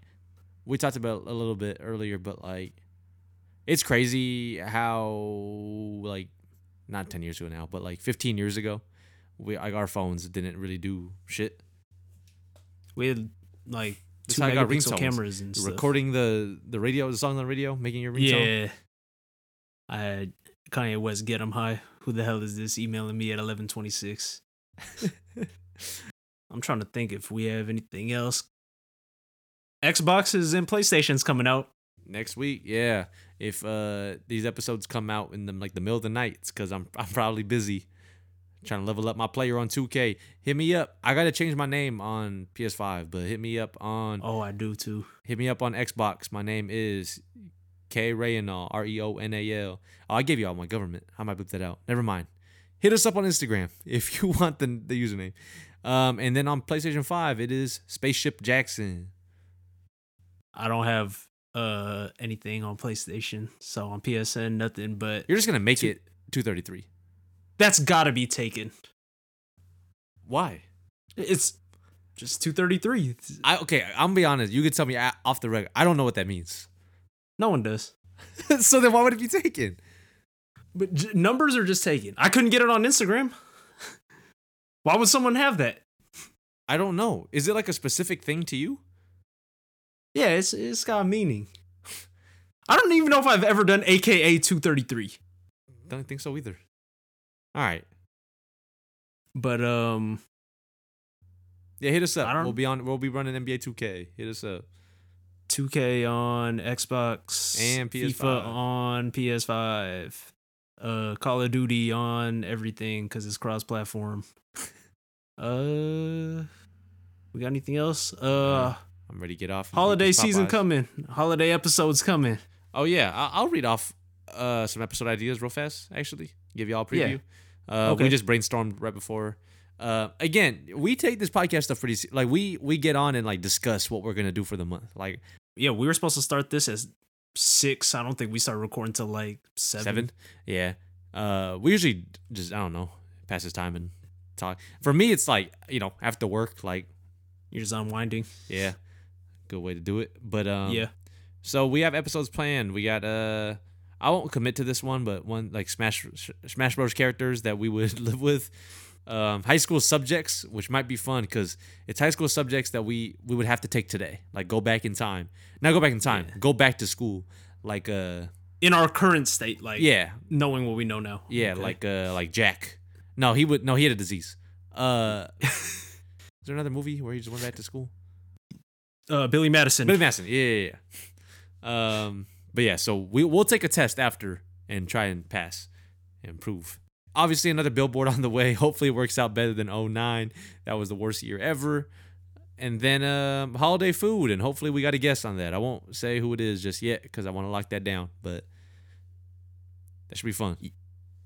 Speaker 1: we talked about a little bit earlier, but like it's crazy how like not ten years ago now, but like fifteen years ago, we like our phones didn't really do shit.
Speaker 2: we had like
Speaker 1: That's
Speaker 2: two
Speaker 1: how I got
Speaker 2: megapixel
Speaker 1: ringtones.
Speaker 2: cameras and stuff.
Speaker 1: Recording the the radio, the song on the radio, making your ringtone.
Speaker 2: yeah i had kanye west get him high who the hell is this emailing me
Speaker 1: [laughs]
Speaker 2: at 1126 i'm trying to think if we have anything else xboxes and playstations coming out
Speaker 1: Next week, yeah. If uh these episodes come out in the like the middle of the night, it's because I'm I'm probably busy trying to level up my player on 2K. Hit me up. I gotta change my name on PS5, but hit me up on
Speaker 2: oh i do too
Speaker 1: hit me up on Xbox. My name is K Rayonal, R E O N A L. Oh, I gave you all my government. I might put that out. Never mind. Hit us up on Instagram [laughs] if you want the, the username. Um, and then on PlayStation 5, it is Spaceship Jackson.
Speaker 2: i don't have uh anything on playstation so on psn nothing but
Speaker 1: You're just gonna make
Speaker 2: Two-
Speaker 1: it 233.
Speaker 2: that's gotta be taken
Speaker 1: Why?
Speaker 2: It's just 233.
Speaker 1: I okay. I'm gonna be honest. You could tell me a- off the record. I don't know what that means. [laughs]
Speaker 2: No one does.
Speaker 1: so then why would it be taken?
Speaker 2: But j- numbers are just taken. I couldn't get it on Instagram. [laughs] Why would someone have that?
Speaker 1: I don't know. Is it like a specific thing to you?
Speaker 2: Yeah, it's it's got a meaning. I don't even know if I've ever done AKA 233.
Speaker 1: Don't think so either. All right.
Speaker 2: But um
Speaker 1: Yeah, hit us up.
Speaker 2: I don't-
Speaker 1: We'll be on. We'll be running NBA 2K. Hit us up.
Speaker 2: 2K on Xbox
Speaker 1: And PS5.
Speaker 2: FIFA on PS5. Uh Call of Duty on everything cuz it's cross-platform. [laughs] uh We got anything else? Uh
Speaker 1: I'm ready to get off. and eat
Speaker 2: holiday
Speaker 1: these
Speaker 2: season
Speaker 1: Popeyes.
Speaker 2: coming. Holiday episodes coming.
Speaker 1: Oh yeah, I- I'll read off uh, some episode ideas real fast. Actually, give y'all a preview. Uh, We
Speaker 2: Okay.
Speaker 1: just brainstormed right before. Uh, again, we take this podcast stuff pretty se- like we we get on and like discuss what we're gonna do for the month, like
Speaker 2: Yeah, we were supposed to start this as 6. I don't think we started recording till like 7.
Speaker 1: seven. Yeah. Uh, we usually just I don't know pass this time and talk. For me, it's like you know after work, like
Speaker 2: You're just unwinding.
Speaker 1: yeah, good way to do it. But um,
Speaker 2: yeah.
Speaker 1: So we have episodes planned. We got uh, I won't commit to this one, but one like Smash Smash Bros characters that we would [laughs] live with. Um, high school subjects, which might be fun because it's high school subjects that we we would have to take today. Like go back in time, not go back in time, go back to school. Like uh,
Speaker 2: In our current state like
Speaker 1: yeah,
Speaker 2: knowing what we know now.
Speaker 1: yeah,
Speaker 2: Okay.
Speaker 1: like uh, like Jack. No, he would no, he had a disease.
Speaker 2: [laughs]
Speaker 1: Uh, is there another movie where he just went back to school?
Speaker 2: uh Billy Madison.
Speaker 1: Billy Madison. Yeah, yeah, yeah. Um, but yeah, so we we'll take a test after and try and pass and prove. Obviously, another billboard [laughs] on the way. Hopefully, it works out better than 09. That was the worst year ever. And then um, holiday food, and hopefully, we got a guess on that. I won't say who it is just yet because I want to lock that down, but that should be fun.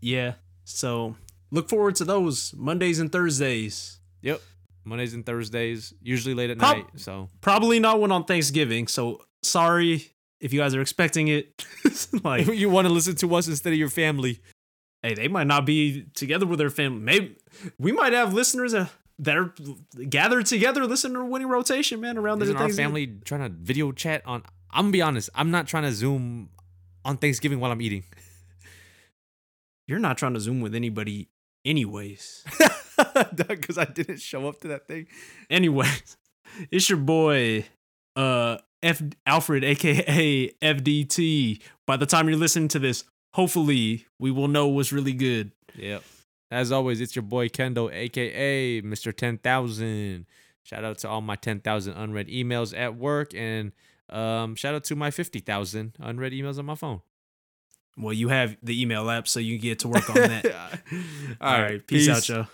Speaker 2: Yeah. So look forward to those Mondays and Thursdays.
Speaker 1: Yep. Mondays and Thursdays, usually late at
Speaker 2: Prob-
Speaker 1: night. So [laughs]
Speaker 2: Probably not one on Thanksgiving. So sorry if you guys are expecting it. [laughs] like,
Speaker 1: you want to listen to us instead of your family.
Speaker 2: hey, they might not be together with their family. Maybe we might have listeners uh, that are gathered together listening to winning rotation, man, around the
Speaker 1: Isn't our
Speaker 2: Thanksgiving.
Speaker 1: family trying to video chat on? I'm gonna be honest. I'm not trying to Zoom on Thanksgiving while I'm eating.
Speaker 2: You're not trying to Zoom with anybody, anyways.
Speaker 1: [laughs]
Speaker 2: [laughs]
Speaker 1: Because I didn't show up to that thing.
Speaker 2: Anyways, [laughs] it's your boy, uh, F Alfred, aka FDT. By the time you're listening to this, hopefully we will know what's really good.
Speaker 1: Yep. As always, it's your boy Kendo, aka Mr. Ten Thousand. Shout out to all my ten thousand unread emails at work, and um, shout out to my fifty thousand unread emails on my [laughs] phone. [laughs]
Speaker 2: Well, you have the email app, so you get to work on that.
Speaker 1: all
Speaker 2: All right, peace, out, y'all.